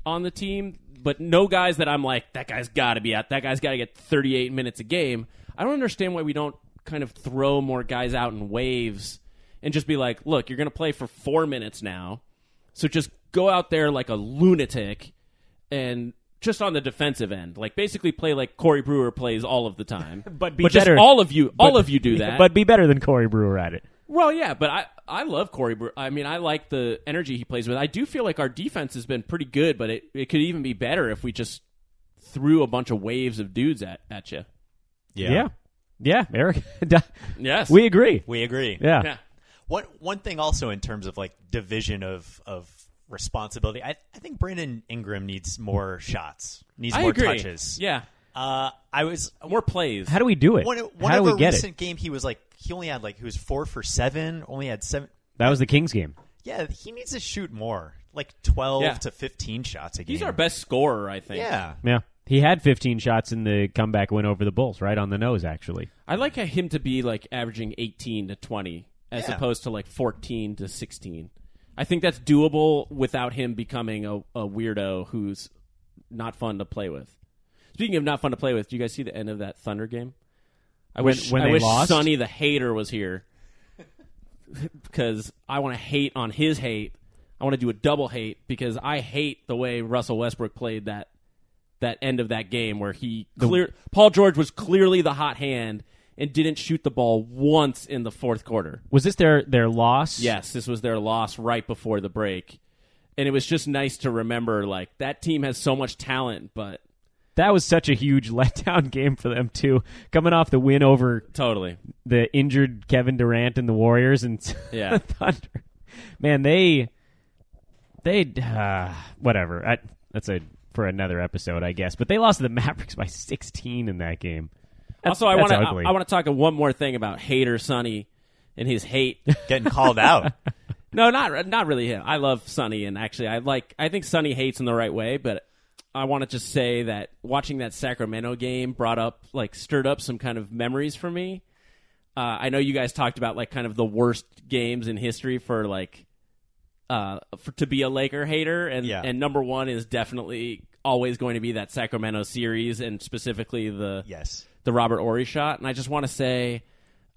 Speaker 4: on the team, but no guys that I'm like that guy's got to be out. That guy's got to get 38 minutes a game. I don't understand why we don't kind of throw more guys out in waves and just be like, look, you're going to play for four minutes now. So just go out there like a lunatic and just on the defensive end, like basically play like Corey Brewer plays all of the time.
Speaker 5: But be
Speaker 4: just
Speaker 5: better.
Speaker 4: all of you, all
Speaker 5: But-
Speaker 4: of you do that.
Speaker 5: but be better than Corey Brewer at it.
Speaker 4: well, yeah, but I I love Corey Brewer. I mean, I like the energy he plays with. I do feel like our defense has been pretty good, but it, it could even be better if we just threw a bunch of waves of dudes at at you.
Speaker 6: Yeah.
Speaker 5: yeah, Yeah, Eric.
Speaker 4: Yes,
Speaker 5: we agree.
Speaker 6: We agree.
Speaker 5: Yeah.
Speaker 4: yeah.
Speaker 6: What one thing also in terms of like division of of responsibility, I, I think Brandon Ingram needs more shots, needs
Speaker 4: I
Speaker 6: more
Speaker 4: agree.
Speaker 6: touches.
Speaker 4: Yeah,
Speaker 6: Uh, I was
Speaker 4: more plays.
Speaker 5: How do we do it?
Speaker 6: one one
Speaker 5: How
Speaker 6: of
Speaker 5: do
Speaker 6: a
Speaker 5: we get
Speaker 6: recent
Speaker 5: it?
Speaker 6: game he was like he only had like he was four for seven, only had seven.
Speaker 5: That was the Kings game.
Speaker 6: Yeah, he needs to shoot more, like twelve
Speaker 4: Yeah.
Speaker 6: to fifteen shots a game.
Speaker 4: He's our best scorer, I think.
Speaker 6: Yeah,
Speaker 5: Yeah. He had 15 shots in the comeback win over the Bulls, right on the nose, actually.
Speaker 4: I like him to be like averaging 18 to 20 as
Speaker 6: Yeah.
Speaker 4: opposed to like 14 to 16. I think that's doable without him becoming a, a weirdo who's not fun to play with. Speaking of not fun to play with, do you guys see the end of that Thunder game? I
Speaker 5: When-
Speaker 4: wish
Speaker 5: when
Speaker 4: I
Speaker 5: they
Speaker 4: wish
Speaker 5: lost?
Speaker 4: Sonny the hater was here because I want to hate on his hate. I want to do a double hate because I hate the way Russell Westbrook played that that end of that game where he clear Paul George was clearly the hot hand and didn't shoot the ball once in the fourth quarter.
Speaker 5: Was this their, their loss?
Speaker 4: Yes, this was their loss right before the break. And it was just nice to remember like that team has so much talent, but
Speaker 5: That was such a huge letdown game for them, too. Coming off the win over
Speaker 4: totally.
Speaker 5: the injured Kevin Durant and the Warriors and
Speaker 4: Yeah.
Speaker 5: Thunder. Man, they. They. Uh, whatever. I, that's a for another episode, I guess. But they lost to the Mavericks by 16 in that game. That's-
Speaker 4: also, I
Speaker 5: that's
Speaker 4: want to
Speaker 5: ugly.
Speaker 4: I, want to talk one more thing about hater Sonny and his hate.
Speaker 6: getting called out.
Speaker 4: no, not not really him. I love Sonny, and actually, I like I think Sonny hates in the right way. But I want to just say that watching that Sacramento game brought up like stirred up some kind of memories for me. Uh, I know you guys talked about like kind of the worst games in history for like uh, for, to be a Laker hater, and
Speaker 6: Yeah.
Speaker 4: and number one is definitely always going to be that Sacramento series, and specifically the
Speaker 6: yes,
Speaker 4: the Robert Ory shot, and I just want to say,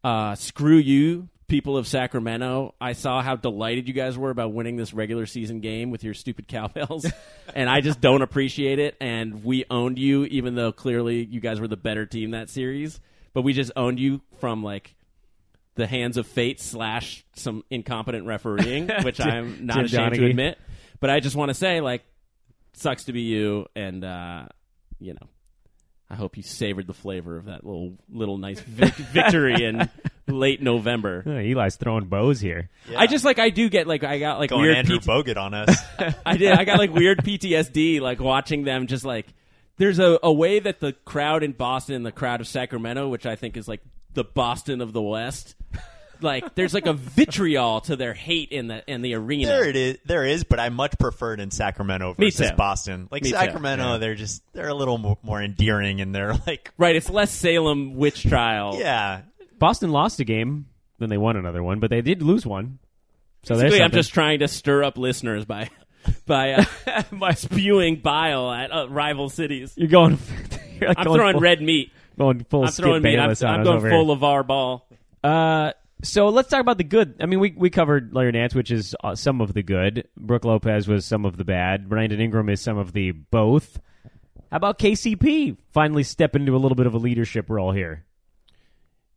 Speaker 4: uh, screw you, people of Sacramento. I saw how delighted you guys were about winning this regular season game with your stupid cowbells, and I just don't appreciate it. And we owned you, even though clearly you guys were the better team that series, but we just owned you from like. The hands of fate slash some incompetent refereeing, which I'm not
Speaker 5: Jim
Speaker 4: ashamed to
Speaker 5: Donaghy.
Speaker 4: admit. But I just want to say, like, sucks to be you, and uh, you know, I hope you savored the flavor of that little little nice vic- victory in late November.
Speaker 5: Uh, Eli's throwing bows here.
Speaker 4: I just like I do get like I got like
Speaker 6: going
Speaker 4: weird
Speaker 6: Andrew
Speaker 4: PT
Speaker 6: Bogut on us.
Speaker 4: I did I got like weird PTSD like watching them just like there's a, a way that the crowd in Boston and the crowd of Sacramento, which I think is like the Boston of the West, like there's like a vitriol to their hate in the in the arena.
Speaker 6: There it is. There is, but I much prefer it in Sacramento
Speaker 4: Me
Speaker 6: versus
Speaker 4: too.
Speaker 6: Boston. Like
Speaker 4: Me too,
Speaker 6: Sacramento, they're just they're a little mo- more endearing, and they're like,
Speaker 4: Right, it's less Salem witch trial.
Speaker 6: yeah,
Speaker 5: Boston lost a game, then they won another one, but they did lose one. So there's
Speaker 4: Basically, I'm
Speaker 5: something.
Speaker 4: just trying to stir up listeners by by, uh, by spewing bile at uh, rival cities.
Speaker 5: You're going. you're like
Speaker 4: I'm
Speaker 5: going
Speaker 4: throwing
Speaker 5: full,
Speaker 4: red meat.
Speaker 5: Going full
Speaker 4: I'm
Speaker 5: Skip
Speaker 4: throwing meat. I'm,
Speaker 5: Bayless on
Speaker 4: I'm
Speaker 5: us
Speaker 4: going
Speaker 5: over
Speaker 4: full LeVar Ball.
Speaker 5: here. Uh, So let's talk about the good. I mean, we, we covered Larry Nance, which is uh, some of the good. Brooke Lopez was some of the bad. Brandon Ingram is some of the both. How about KCP finally stepping into a little bit of a leadership role here?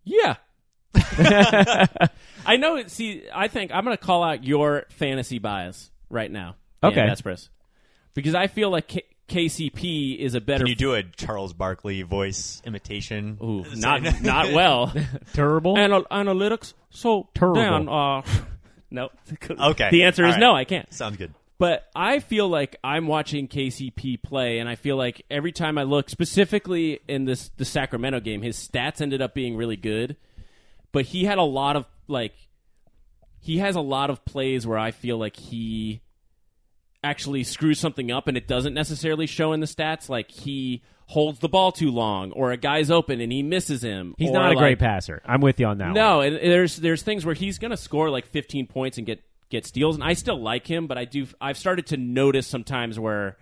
Speaker 4: Yeah. I know. it- See, I think I'm going to call out your fantasy bias right now. Dan
Speaker 5: Okay.
Speaker 4: Vespers. because I feel like K- KCP is a better.
Speaker 6: Can you do a Charles Barkley voice imitation?
Speaker 4: Ooh, not not well.
Speaker 5: Terrible.
Speaker 4: Anal- analytics. So
Speaker 5: Terrible.
Speaker 4: Dan, uh, no.
Speaker 6: Okay.
Speaker 4: The answer
Speaker 6: All
Speaker 4: is
Speaker 6: right.
Speaker 4: no. I can't.
Speaker 6: Sounds good.
Speaker 4: But I feel like I'm watching KCP play, and I feel like every time I look, specifically in this the Sacramento game, his stats ended up being really good. But he had a lot of like, he has a lot of plays where I feel like he actually screws something up, and it doesn't necessarily show in the stats. Like he holds the ball too long, or a guy's open and he misses him.
Speaker 5: He's
Speaker 4: or,
Speaker 5: not a
Speaker 4: like,
Speaker 5: great passer. I'm with you on that one.
Speaker 4: no, and there's there's things where he's going to score like 15 points and get get steals, and I still like him, but I do I've started to notice sometimes where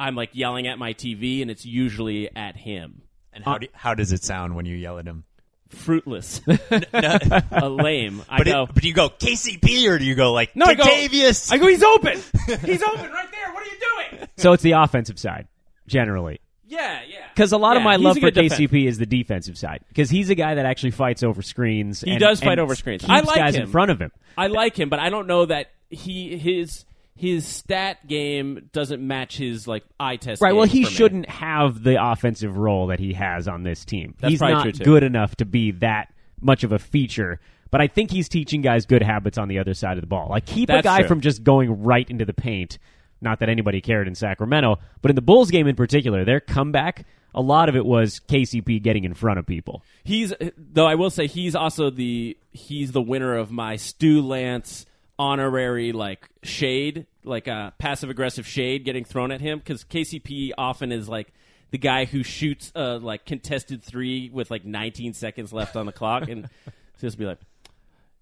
Speaker 4: I'm like yelling at my TV, and it's usually at him.
Speaker 6: And how, do, how does it sound when you yell at him?
Speaker 4: Fruitless, a lame. I
Speaker 6: But, it-
Speaker 4: go.
Speaker 6: but do you go KCP or do you go like
Speaker 4: no, I go.
Speaker 6: Tavius?
Speaker 4: I go. He's open. He's open right there. What are you doing?
Speaker 5: So it's the offensive side generally.
Speaker 4: Yeah, yeah.
Speaker 5: Because a lot of
Speaker 4: Yeah,
Speaker 5: my
Speaker 4: he's
Speaker 5: love
Speaker 4: a
Speaker 5: for
Speaker 4: good defender.
Speaker 5: KCP is the defensive side. Because he's a guy that actually fights over screens.
Speaker 4: He
Speaker 5: and-
Speaker 4: does fight
Speaker 5: and
Speaker 4: over screens.
Speaker 5: keeps
Speaker 4: I like
Speaker 5: guys
Speaker 4: him.
Speaker 5: in front of him.
Speaker 4: I like him, but I don't know that he his his stat game doesn't match his like eye test.
Speaker 5: Right.
Speaker 4: game
Speaker 5: Well, he
Speaker 4: for me.
Speaker 5: shouldn't have the offensive role that he has on this team.
Speaker 4: That's
Speaker 5: he's
Speaker 4: probably
Speaker 5: not
Speaker 4: true, too.
Speaker 5: good enough to be that much of a feature. But I think he's teaching guys good habits on the other side of the ball. Like keep a
Speaker 4: That's
Speaker 5: guy
Speaker 4: true.
Speaker 5: from just going right into the paint. Not that anybody cared in Sacramento, but in the Bulls game in particular, their comeback, a lot of it was KCP getting in front of people.
Speaker 4: He's though I will say he's also the he's the winner of my Stu Lance honorary like shade, like uh, passive aggressive shade getting thrown at him because KCP often is like the guy who shoots a like contested three with like 19 seconds left on the clock and just be like.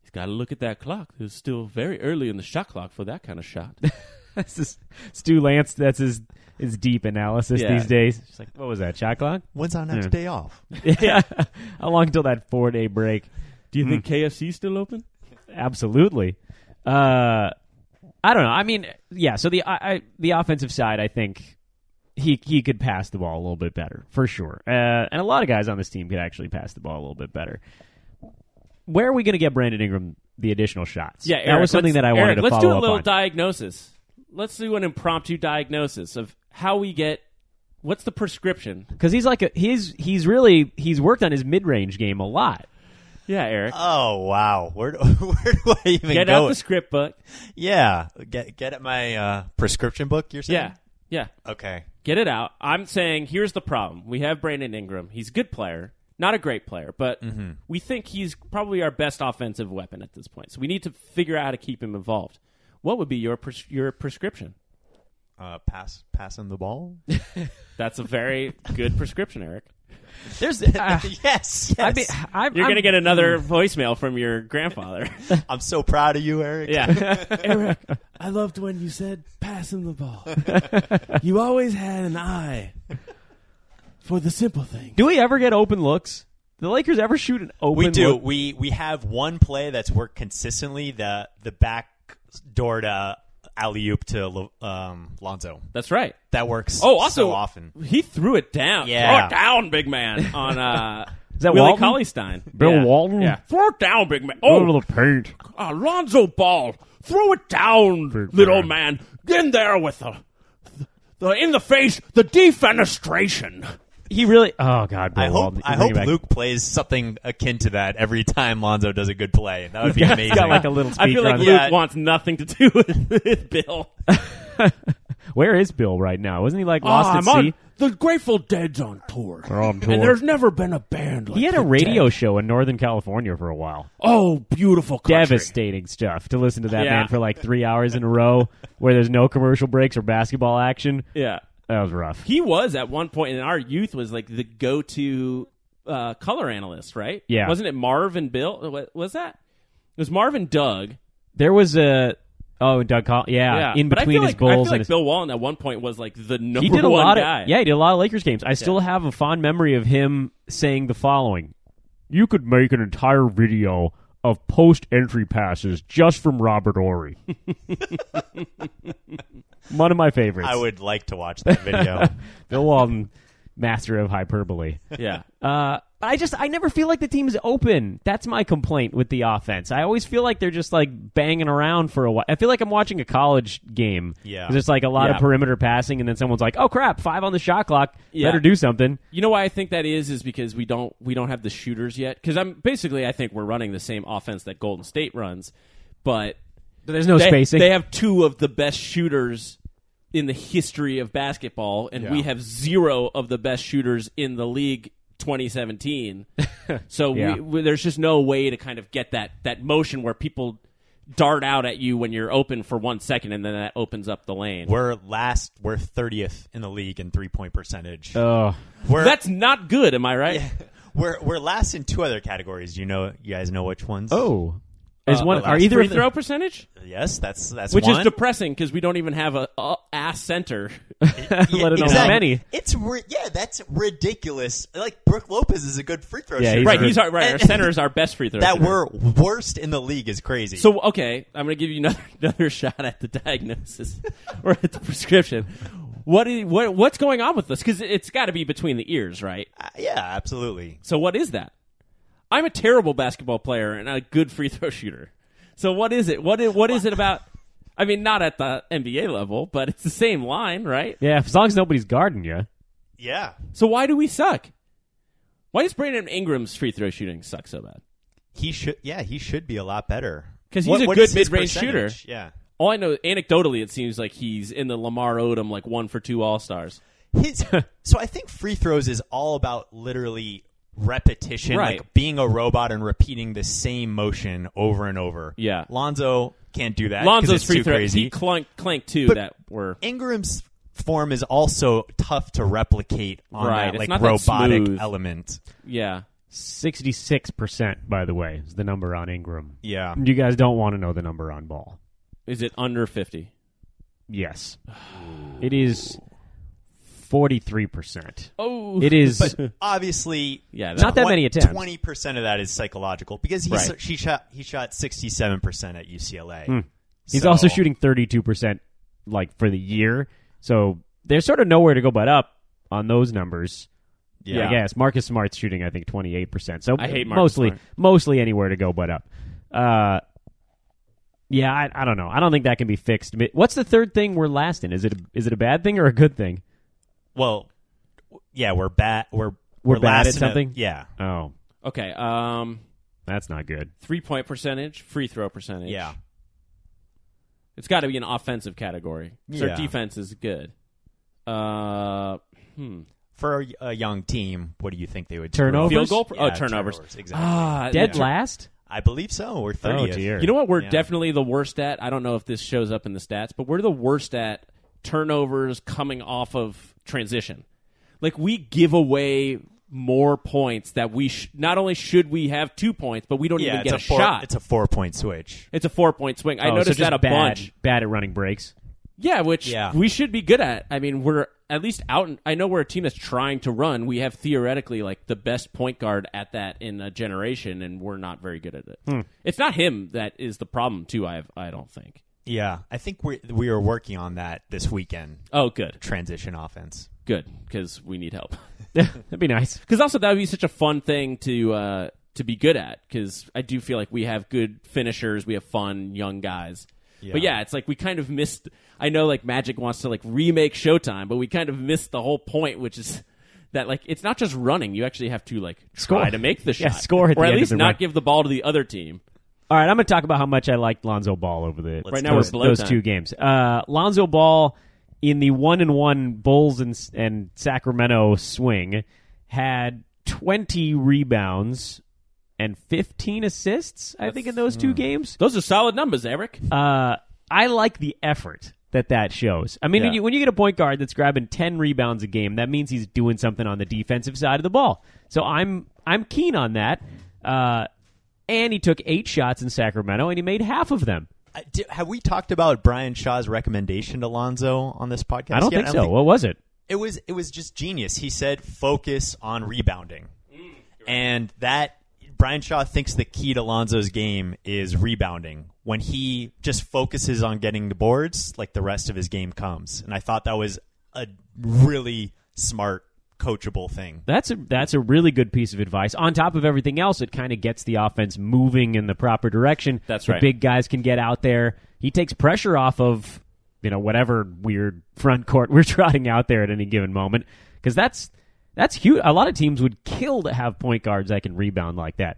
Speaker 4: He's got to look at that clock. It's still very early in the shot clock for that kind of shot.
Speaker 5: That's just, Stu Lance. That's his his deep analysis
Speaker 4: Yeah.
Speaker 5: these days. She's like, what was that shot clock?
Speaker 6: When's our next day off?
Speaker 5: yeah. How long till that four day break?
Speaker 4: Do you think KFC's still open?
Speaker 5: Absolutely. Uh, I don't know. I mean, yeah. So the I, I, the offensive side, I think he he could pass the ball a little bit better for sure. Uh, and a lot of guys on this team could actually pass the ball a little bit better. Where are we going to get Brandon Ingram the additional shots?
Speaker 4: Yeah,
Speaker 5: that
Speaker 4: Eric,
Speaker 5: was
Speaker 4: let's-
Speaker 5: something that I
Speaker 4: Eric,
Speaker 5: wanted to
Speaker 4: let's
Speaker 5: follow
Speaker 4: do a
Speaker 5: up
Speaker 4: little
Speaker 5: on.
Speaker 4: diagnosis. Let's do an impromptu diagnosis of how we get. What's the prescription?
Speaker 5: because he's like a he's he's really he's worked on his mid range game a lot.
Speaker 4: Yeah, Eric,
Speaker 6: Oh wow, where do, where do I even
Speaker 4: get
Speaker 6: go?
Speaker 4: out the script book.
Speaker 6: yeah, get get at my uh, prescription book. You're saying?
Speaker 4: Yeah, yeah,
Speaker 6: Okay.
Speaker 4: get it out. I'm saying here's the problem. We have Brandon Ingram. He's a good player, not a great player, but
Speaker 5: Mm-hmm.
Speaker 4: we think he's probably our best offensive weapon at this point. So we need to figure out how to keep him involved. What would be your pres- your prescription?
Speaker 6: Uh, pass passing the ball.
Speaker 4: That's a very good prescription, Eric.
Speaker 5: There's
Speaker 6: yes. yes.
Speaker 5: I mean, I'm,
Speaker 4: You're
Speaker 5: I'm-
Speaker 4: going to get another voicemail from your grandfather.
Speaker 6: I'm so proud of you, Eric.
Speaker 4: Yeah. Eric, I loved when you said passing the ball. you always had an eye for the simple thing.
Speaker 5: Do we ever get open looks? Do The Lakers ever shoot an open?
Speaker 6: We do.
Speaker 5: look?
Speaker 6: We we have one play that's worked consistently. The the back door to alley oop to Lo- um, Lonzo.
Speaker 4: That's right.
Speaker 6: That works.
Speaker 4: Oh, also,
Speaker 6: so often.
Speaker 4: he threw it down.
Speaker 6: Yeah.
Speaker 4: Throw it down, big man, on uh,
Speaker 5: Is that
Speaker 4: Willie
Speaker 5: Walton?
Speaker 4: Cauley-Stein.
Speaker 5: Bill
Speaker 4: yeah.
Speaker 5: Walton?
Speaker 4: Yeah. Throw it down, big man. Oh,
Speaker 5: the paint.
Speaker 4: Alonzo Ball. Throw it down, little man. In there with the, the in the face, the defenestration.
Speaker 5: He really. Oh God, Bill
Speaker 6: I hope
Speaker 5: Walton.
Speaker 6: I
Speaker 5: Bring
Speaker 6: hope
Speaker 5: it back.
Speaker 6: Luke plays something akin to that every time Lonzo does a good play. That would be amazing.
Speaker 5: got like a little
Speaker 4: I feel
Speaker 5: speaker
Speaker 4: like
Speaker 5: on
Speaker 4: Luke
Speaker 5: it.
Speaker 6: Yeah.
Speaker 4: wants nothing to do with, with Bill.
Speaker 5: Where is Bill right now? Wasn't he
Speaker 4: Oh,
Speaker 5: like lost at sea?
Speaker 4: Ah, the Grateful Dead's on tour.
Speaker 5: on tour. And there's
Speaker 4: never been a band like
Speaker 5: He had a radio show in Northern California for a while.
Speaker 4: Oh, beautiful
Speaker 5: Devastating stuff to listen to that
Speaker 4: Yeah.
Speaker 5: man for like three hours in a row, where there's no commercial breaks or basketball action.
Speaker 4: Yeah.
Speaker 5: That was rough.
Speaker 4: He was at one point in our youth was like the go-to uh, color analyst, right?
Speaker 5: Yeah.
Speaker 4: Wasn't it Marv and Bill? What was that? It was Marv and Doug.
Speaker 5: There was a oh Doug Col- yeah, in
Speaker 4: But I
Speaker 5: between
Speaker 4: feel
Speaker 5: his
Speaker 4: like, I feel
Speaker 5: goals
Speaker 4: like
Speaker 5: and his
Speaker 4: Bill Wallen at one point was like the number
Speaker 5: he did a
Speaker 4: one
Speaker 5: lot
Speaker 4: guy.
Speaker 5: of yeah he did a lot of Lakers games. I still have a fond memory of him saying the following: "You could make an entire video of post entry passes just from Robert Ory. One of my favorites.
Speaker 6: I would like to watch that video.
Speaker 5: Bill Walton, master of hyperbole.
Speaker 4: Yeah.
Speaker 5: Uh, I just I never feel like the team's open. That's my complaint with the offense. I always feel like they're just like banging around for a while. I feel like I'm watching a college game.
Speaker 6: Yeah.
Speaker 5: 'Cause it's like a lot
Speaker 4: Yeah.
Speaker 5: of perimeter passing, and then someone's like, "Oh crap, five on the shot clock.
Speaker 4: Yeah.
Speaker 5: Better do something."
Speaker 4: You know why I think that is is because we don't we don't have the shooters yet. Because I'm basically I think we're running the same offense that Golden State runs, but
Speaker 5: But there's no
Speaker 4: they,
Speaker 5: spacing.
Speaker 4: they have two of the best shooters in the history of basketball, and we have zero of the best shooters in the league. 2017. so
Speaker 5: Yeah.
Speaker 4: we, we, there's just no way to kind of get that that motion where people dart out at you when you're open for one second, and then that opens up the lane.
Speaker 6: we're last. We're thirtieth in the league in three point percentage.
Speaker 5: oh,
Speaker 6: we're,
Speaker 4: That's not good, am I right?
Speaker 6: we're we're last in two other categories. You know, you guys know which ones?
Speaker 5: oh, is
Speaker 4: Uh,
Speaker 5: one
Speaker 4: the
Speaker 5: are
Speaker 4: last
Speaker 5: either
Speaker 4: free
Speaker 5: of the-
Speaker 4: throw percentage?
Speaker 6: yes. That's that's
Speaker 4: which is
Speaker 6: one.
Speaker 4: depressing because we don't even have a, a ass center.
Speaker 6: Yeah,
Speaker 5: let alone
Speaker 6: exactly.
Speaker 5: many.
Speaker 6: It's ri- yeah, that's ridiculous. Like Brooke Lopez is a good free throw
Speaker 5: Yeah,
Speaker 6: shooter.
Speaker 5: he's
Speaker 4: right, he's our right. Our
Speaker 6: And-
Speaker 4: center is our best free throw.
Speaker 6: that
Speaker 4: shooter.
Speaker 6: we're worst in the league is crazy.
Speaker 4: So okay, I'm gonna give you another another shot at the diagnosis or at the prescription. What is what what's going on with this? Because it's got to be between the ears, right?
Speaker 6: Uh, yeah, absolutely.
Speaker 4: So what is that? I'm a terrible basketball player and a good free throw shooter. So what is it? What is, what is it about? I mean, not at the NBA level, but it's the same line, right?
Speaker 5: yeah, as long as nobody's guarding you.
Speaker 6: Yeah,
Speaker 4: So why do we suck? Why does Brandon Ingram's free throw shooting suck so bad?
Speaker 6: he should. Yeah, he should be a lot better
Speaker 4: 'Cause he's
Speaker 6: What-
Speaker 4: a
Speaker 6: what
Speaker 4: good
Speaker 6: is his
Speaker 4: mid-range shooter.
Speaker 6: percentage? Yeah,
Speaker 4: All I know, anecdotally, it seems like he's in the Lamar Odom like one for two All Stars.
Speaker 6: his. so I think free throws is all about literally repetition,
Speaker 4: Right.
Speaker 6: like being a robot and repeating the same motion over and over.
Speaker 4: Yeah.
Speaker 6: Lonzo can't do that. 'cause
Speaker 4: Lonzo's
Speaker 6: it's
Speaker 4: free
Speaker 6: too
Speaker 4: throw,
Speaker 6: crazy.
Speaker 4: he clunk, clank two
Speaker 6: But-
Speaker 4: that were
Speaker 6: Ingram's form is also tough to replicate on
Speaker 4: Right, it's
Speaker 6: that
Speaker 4: not
Speaker 6: like
Speaker 4: that
Speaker 6: robotic
Speaker 4: smooth.
Speaker 6: element.
Speaker 4: yeah.
Speaker 5: Sixty-six percent, by the way, is the number on Ingram.
Speaker 6: Yeah.
Speaker 5: You guys don't want to know the number on Ball.
Speaker 4: Is it under fifty?
Speaker 5: Yes, it is forty-three percent.
Speaker 4: Oh,
Speaker 5: It is
Speaker 6: But obviously,
Speaker 4: Yeah,
Speaker 5: Not that many attempts.
Speaker 6: Twenty percent of that is psychological because he
Speaker 4: Right. Hmm.
Speaker 6: she shot he shot sixty seven percent at UCLA.
Speaker 5: He's
Speaker 6: So-
Speaker 5: also shooting 32% like for the year. So there's sort of nowhere to go but up on those numbers.
Speaker 6: Yeah.
Speaker 5: I guess Marcus Smart's shooting I think 28%. So
Speaker 4: I hate Marcus
Speaker 5: mostly
Speaker 4: Smart.
Speaker 5: mostly anywhere to go but up. Uh yeah, I, I don't know. I don't think that can be fixed. But What's the third thing we're last in? Is it a, is it a bad thing or a good thing?
Speaker 6: Well, yeah, we're bad. We're
Speaker 5: We're bad
Speaker 6: last
Speaker 5: at
Speaker 6: in a-
Speaker 5: something?
Speaker 6: yeah,
Speaker 5: Oh,
Speaker 4: okay. Um,
Speaker 5: that's not good.
Speaker 4: three point percentage, free throw percentage.
Speaker 6: yeah.
Speaker 4: it's got to be an offensive category. 'cause
Speaker 6: Yeah.
Speaker 4: Their defense is good. Uh, hmm.
Speaker 6: For a, a young team, what do you think they would
Speaker 5: Turnovers?
Speaker 6: do?
Speaker 4: Field goal? Pro- oh,
Speaker 6: Yeah,
Speaker 4: turnovers.
Speaker 6: Exactly.
Speaker 4: Ah,
Speaker 5: Dead
Speaker 4: yeah.
Speaker 5: last?
Speaker 6: I believe so. We're
Speaker 5: Oh
Speaker 6: thirtieth.
Speaker 5: dear.
Speaker 4: You know what? We're
Speaker 6: Yeah.
Speaker 4: definitely the worst at. I don't know if this shows up in the stats, but we're the worst at turnovers coming off of transition. Like we give away more points that we sh- not only should we have two points, but we don't even
Speaker 6: yeah, it's
Speaker 4: get
Speaker 6: a,
Speaker 4: a,
Speaker 6: four,
Speaker 4: shot.
Speaker 6: It's a four point switch.
Speaker 4: It's a four point swing. I
Speaker 5: Oh, so
Speaker 4: noticed
Speaker 5: just
Speaker 4: that a
Speaker 5: bad,
Speaker 4: bunch.
Speaker 5: Bad at running breaks.
Speaker 4: Yeah, which
Speaker 6: Yeah.
Speaker 4: we should be good at. I mean, we're at least out. In, I know we're a team that's trying to run. We have theoretically like the best point guard at that in a generation, and we're not very good at it.
Speaker 6: Hmm.
Speaker 4: It's not him that is the problem, too. I I don't think.
Speaker 6: Yeah, I think we we are working on that this weekend.
Speaker 4: Oh, good.
Speaker 6: Transition offense.
Speaker 4: good because we need help.
Speaker 5: That'd be nice.
Speaker 4: Because also that would be such a fun thing to uh, to be good at. Because I do feel like we have good finishers, we have fun young guys. But yeah, it's like we kind of missed. I know like Magic wants to like remake Showtime, but we kind of missed the whole point, which is that like it's not just running; you actually have to like try
Speaker 5: Score.
Speaker 4: to make the
Speaker 5: Yeah,
Speaker 4: shot,
Speaker 5: score at
Speaker 4: or
Speaker 5: the
Speaker 4: at
Speaker 5: end of
Speaker 4: least
Speaker 5: the
Speaker 4: not
Speaker 5: run.
Speaker 4: give the ball to the other team.
Speaker 5: All right, I'm going to talk about how much I liked Lonzo Ball over the
Speaker 4: Right now
Speaker 5: those,
Speaker 4: we're blow
Speaker 5: those
Speaker 4: time.
Speaker 5: two games. Uh, Lonzo Ball in the one and one Bulls and and Sacramento swing had 20 rebounds and 15 assists. I think in those two games.
Speaker 4: Those are solid numbers, Eric.
Speaker 5: Uh, I like the effort that that shows. I mean,
Speaker 4: Yeah.
Speaker 5: when, you, when you get a point guard that's grabbing 10 rebounds a game, that means he's doing something on the defensive side of the ball. So I'm I'm keen on that. Uh, and he took eight shots in Sacramento, and he made half of them.
Speaker 6: I- di- have we talked about Brian Shaw's recommendation to Lonzo on this podcast?
Speaker 5: I don't
Speaker 6: yet?
Speaker 5: think so. What was it?
Speaker 6: it was it was just genius. He said focus on rebounding, and that Brian Shaw thinks the key to Lonzo's game is rebounding. When he just focuses on getting the boards, like the rest of his game comes. And I thought that was a really smart, coachable thing.
Speaker 5: That's a that's a really good piece of advice. On top of everything else, it kind of gets the offense moving in the proper direction.
Speaker 4: That's
Speaker 5: The
Speaker 4: right.
Speaker 5: big guys can get out there. He takes pressure off of you know whatever weird front court we're trotting out there at any given moment because that's that's huge. A lot of teams would kill to have point guards that can rebound like that.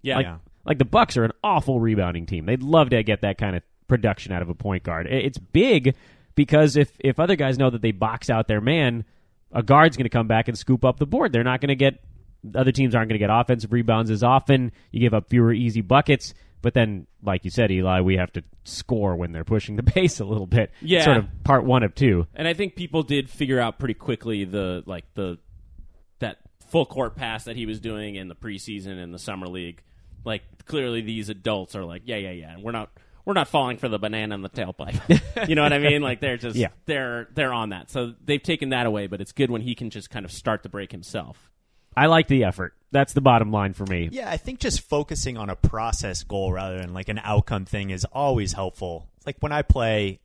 Speaker 4: Yeah.
Speaker 5: Like,
Speaker 4: Yeah.
Speaker 5: like the Bucks are an awful rebounding team. They'd love to get that kind of production out of a point guard. I- It's big because if if other guys know that they box out their man, a guard's going to come back and scoop up the board. They're not going to get other teams aren't going to get offensive rebounds as often. You give up fewer easy buckets. But then, like you said, Eli, we have to score when they're pushing the pace a little bit.
Speaker 4: Yeah.
Speaker 5: sort of part one of two.
Speaker 4: And I think people did figure out pretty quickly the like the that full court pass that he was doing in the preseason and the summer league. Like clearly these adults are like, yeah, yeah, yeah, and we're not we're not falling for the banana in the tailpipe. you know what I mean? Like they're just
Speaker 5: Yeah.
Speaker 4: they're they're on that. So they've taken that away, but it's good when he can just kind of start the break himself.
Speaker 5: I like the effort. That's the bottom line for me.
Speaker 6: Yeah, I think just focusing on a process goal rather than like an outcome thing is always helpful. Like when I play,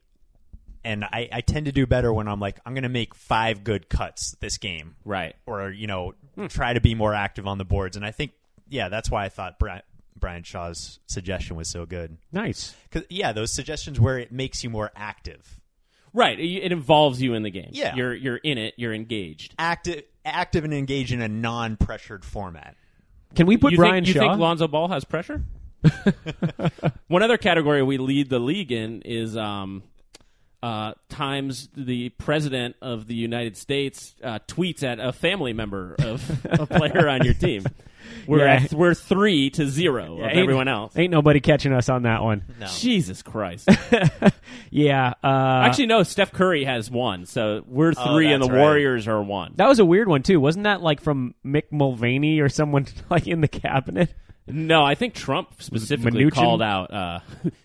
Speaker 6: and I, I tend to do better when I'm like, I'm going to make five good cuts this game.
Speaker 4: Right.
Speaker 6: Or, you know,
Speaker 4: Hmm.
Speaker 6: try to be more active on the boards. And I think, yeah, that's why I thought Brian, Brian Shaw's suggestion was so good.
Speaker 5: Nice.
Speaker 6: Because, yeah, those suggestions where it makes you more active.
Speaker 4: Right. It, it involves you in the game.
Speaker 6: Yeah.
Speaker 4: You're you're in it, you're engaged.
Speaker 6: Active, active and engaged in a non pressured format.
Speaker 5: Can we put
Speaker 4: you
Speaker 5: Brian
Speaker 4: think,
Speaker 5: Shaw?
Speaker 4: You think Lonzo Ball has pressure? One other category we lead the league in is um, uh, times the president of the United States uh, tweets at a family member of a player on your team. We're
Speaker 5: Yeah.
Speaker 4: at, we're three to zero of
Speaker 5: Ain't-
Speaker 4: everyone else.
Speaker 5: Ain't nobody catching us on that one.
Speaker 4: Jesus Christ!
Speaker 5: Yeah. Uh,
Speaker 4: Actually, no. Steph Curry has one, so we're
Speaker 6: Oh,
Speaker 4: three, and the
Speaker 6: that's right.
Speaker 4: Warriors are one.
Speaker 5: that was a weird one too. Wasn't that like from Mick Mulvaney or someone like in the cabinet?
Speaker 4: No, I think Trump specifically
Speaker 5: Mnuchin?
Speaker 4: called out uh,